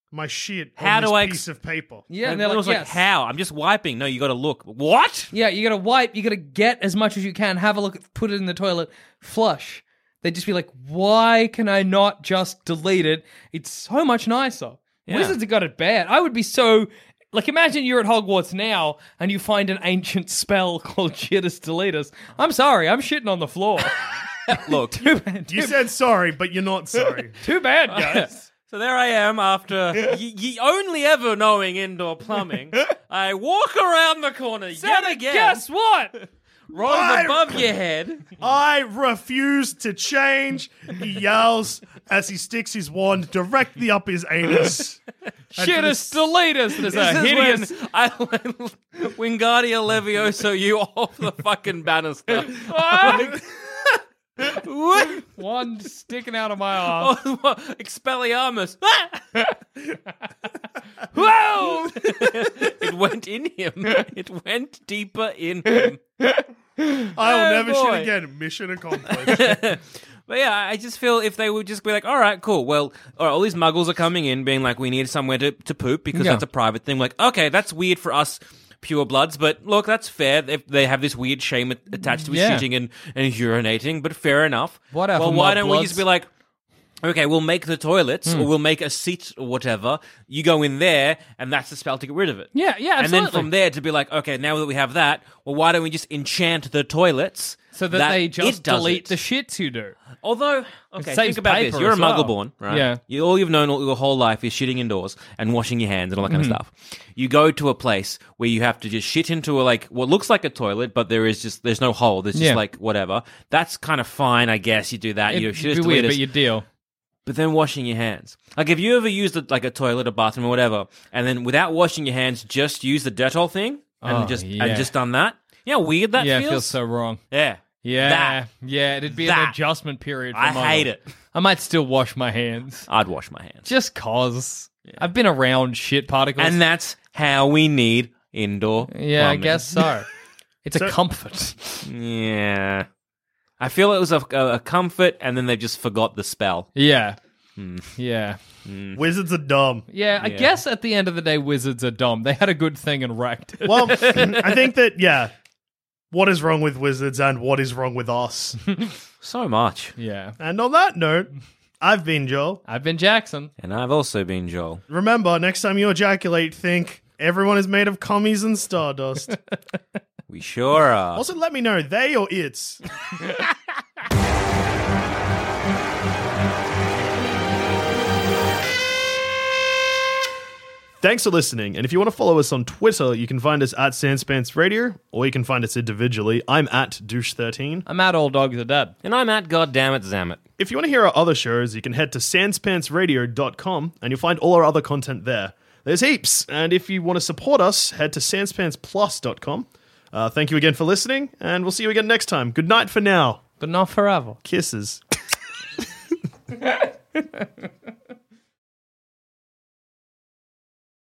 S4: my shit
S6: How
S4: on this
S6: do I ex-
S4: piece of paper.
S5: Yeah,
S6: and
S5: and they're
S6: I
S5: like,
S6: was like,
S5: yes.
S6: how? I'm just wiping. No, you got to look. What?
S5: Yeah, you gotta wipe, you gotta get as much as you can, have a look, put it in the toilet, flush. They'd just be like, why can I not just delete it? It's so much nicer. Wizards have got it bad. I would be so. Like, imagine you're at Hogwarts now and you find an ancient spell called Shittus Deletus. I'm sorry, I'm shitting on the floor.
S6: Look,
S5: too, bad,
S4: You said sorry, but you're not sorry.
S5: too bad, guys.
S6: So there I am after ye, ye only ever knowing indoor plumbing. I walk around the corner yet again.
S5: Guess what?
S6: rolls
S4: Why?
S6: above your head.
S4: I refuse to change, he yells as he sticks his wand directly up his anus.
S5: Shit is deletus. There's a hideous.
S6: This is when I Wingardia Levioso you off the fucking banister.
S5: Ah!
S6: What?
S5: One sticking out of my arm.
S6: Oh, what? Expelliarmus.
S5: Whoa!
S6: it went in him. It went deeper in him.
S4: I will
S6: Oh,
S4: never
S6: boy.
S4: shit again. Mission accomplished.
S6: But yeah, I just feel if they would just be like, all right, cool. Well, all, right, all these muggles are coming in, being like, we need somewhere to, to poop because
S5: Yeah.
S6: that's a private thing. Like, okay, that's weird for us pure bloods, but look, that's fair. If they have this weird shame at- attached to
S5: Yeah.
S6: shitting and, and urinating, but fair enough.
S5: Whatever,
S6: Well, why
S5: mob
S6: don't we
S5: bloods. Hmm.
S6: just be like, okay, we'll make the toilets or we'll make a seat or whatever. You go in there, and that's the spell to get rid of it.
S5: Yeah, yeah,
S6: And then
S5: absolutely.
S6: from there to be like, okay, now that we have that, well, why don't we just enchant the toilets
S5: So that, they
S6: it
S5: just
S6: does
S5: delete
S6: it?
S5: the shits you do.
S6: Although, okay,
S5: saves
S6: think about this.
S5: paper
S6: You're a
S5: as well.
S6: muggle born, right?
S5: Yeah.
S6: You, all you've known all, your whole life is shitting indoors and washing your hands and all that kind
S5: Mm-hmm.
S6: of stuff. You go to a place where you have to just shit into a, like what looks like a toilet, but there is just there's no hole. There's just
S5: Yeah.
S6: like whatever. That's kind of fine, I guess. You do that. Uh, you
S5: It'd
S6: shit
S5: be
S6: is
S5: weird,
S6: deleted.
S5: but you deal.
S6: But then washing your hands. Like, have you ever used a, like a toilet, a bathroom, or whatever, and then without washing your hands, just use the Dettol thing and
S5: Oh,
S6: just
S5: yeah.
S6: and just done that? Yeah, weird that
S5: yeah, it
S6: feels.
S5: feels so wrong.
S6: yeah,
S5: Yeah,
S6: That.
S5: yeah, it'd be an
S6: That.
S5: adjustment period. For
S6: I
S5: mine.
S6: hate it.
S5: I might still wash my hands
S6: I'd wash my hands.
S5: just cause I've been around shit particles.
S6: And that's how we need indoor.
S5: yeah, I
S6: plumbing.
S5: guess so. It's a
S4: So-
S5: comfort.
S6: Yeah. I feel it was a, a, a comfort, and then they just forgot the spell.
S5: Yeah, yeah,
S4: Wizards are dumb.
S5: yeah. I
S6: Hmm. Yeah.
S5: guess at the end of the day, wizards are dumb. They had a good thing and wrecked it.
S4: Well, I think that, yeah, what is wrong with wizards and what is wrong with us?
S6: So much.
S5: Yeah,
S4: And on that note, I've been Joel.
S5: I've been Jackson.
S6: And I've also been Joel.
S4: Remember, next time you ejaculate, think everyone is made of commies and stardust.
S6: We sure are.
S4: also, let me know, they or it's. Thanks for listening. And if you want to follow us on Twitter, you can find us at Sanspants Radio, or you can find us individually. I'm at douche13.
S5: I'm at all dogs are dead.
S6: And I'm at Goddammit Zammit.
S4: If you want to hear our other shows, you can head to sanspantsradio.com and you'll find all our other content there. There's heaps. And if you want to support us, head to sanspantsplus.com. Uh, thank you again for listening, and we'll see you again next time. Good night for now.
S5: but not forever.
S4: Kisses.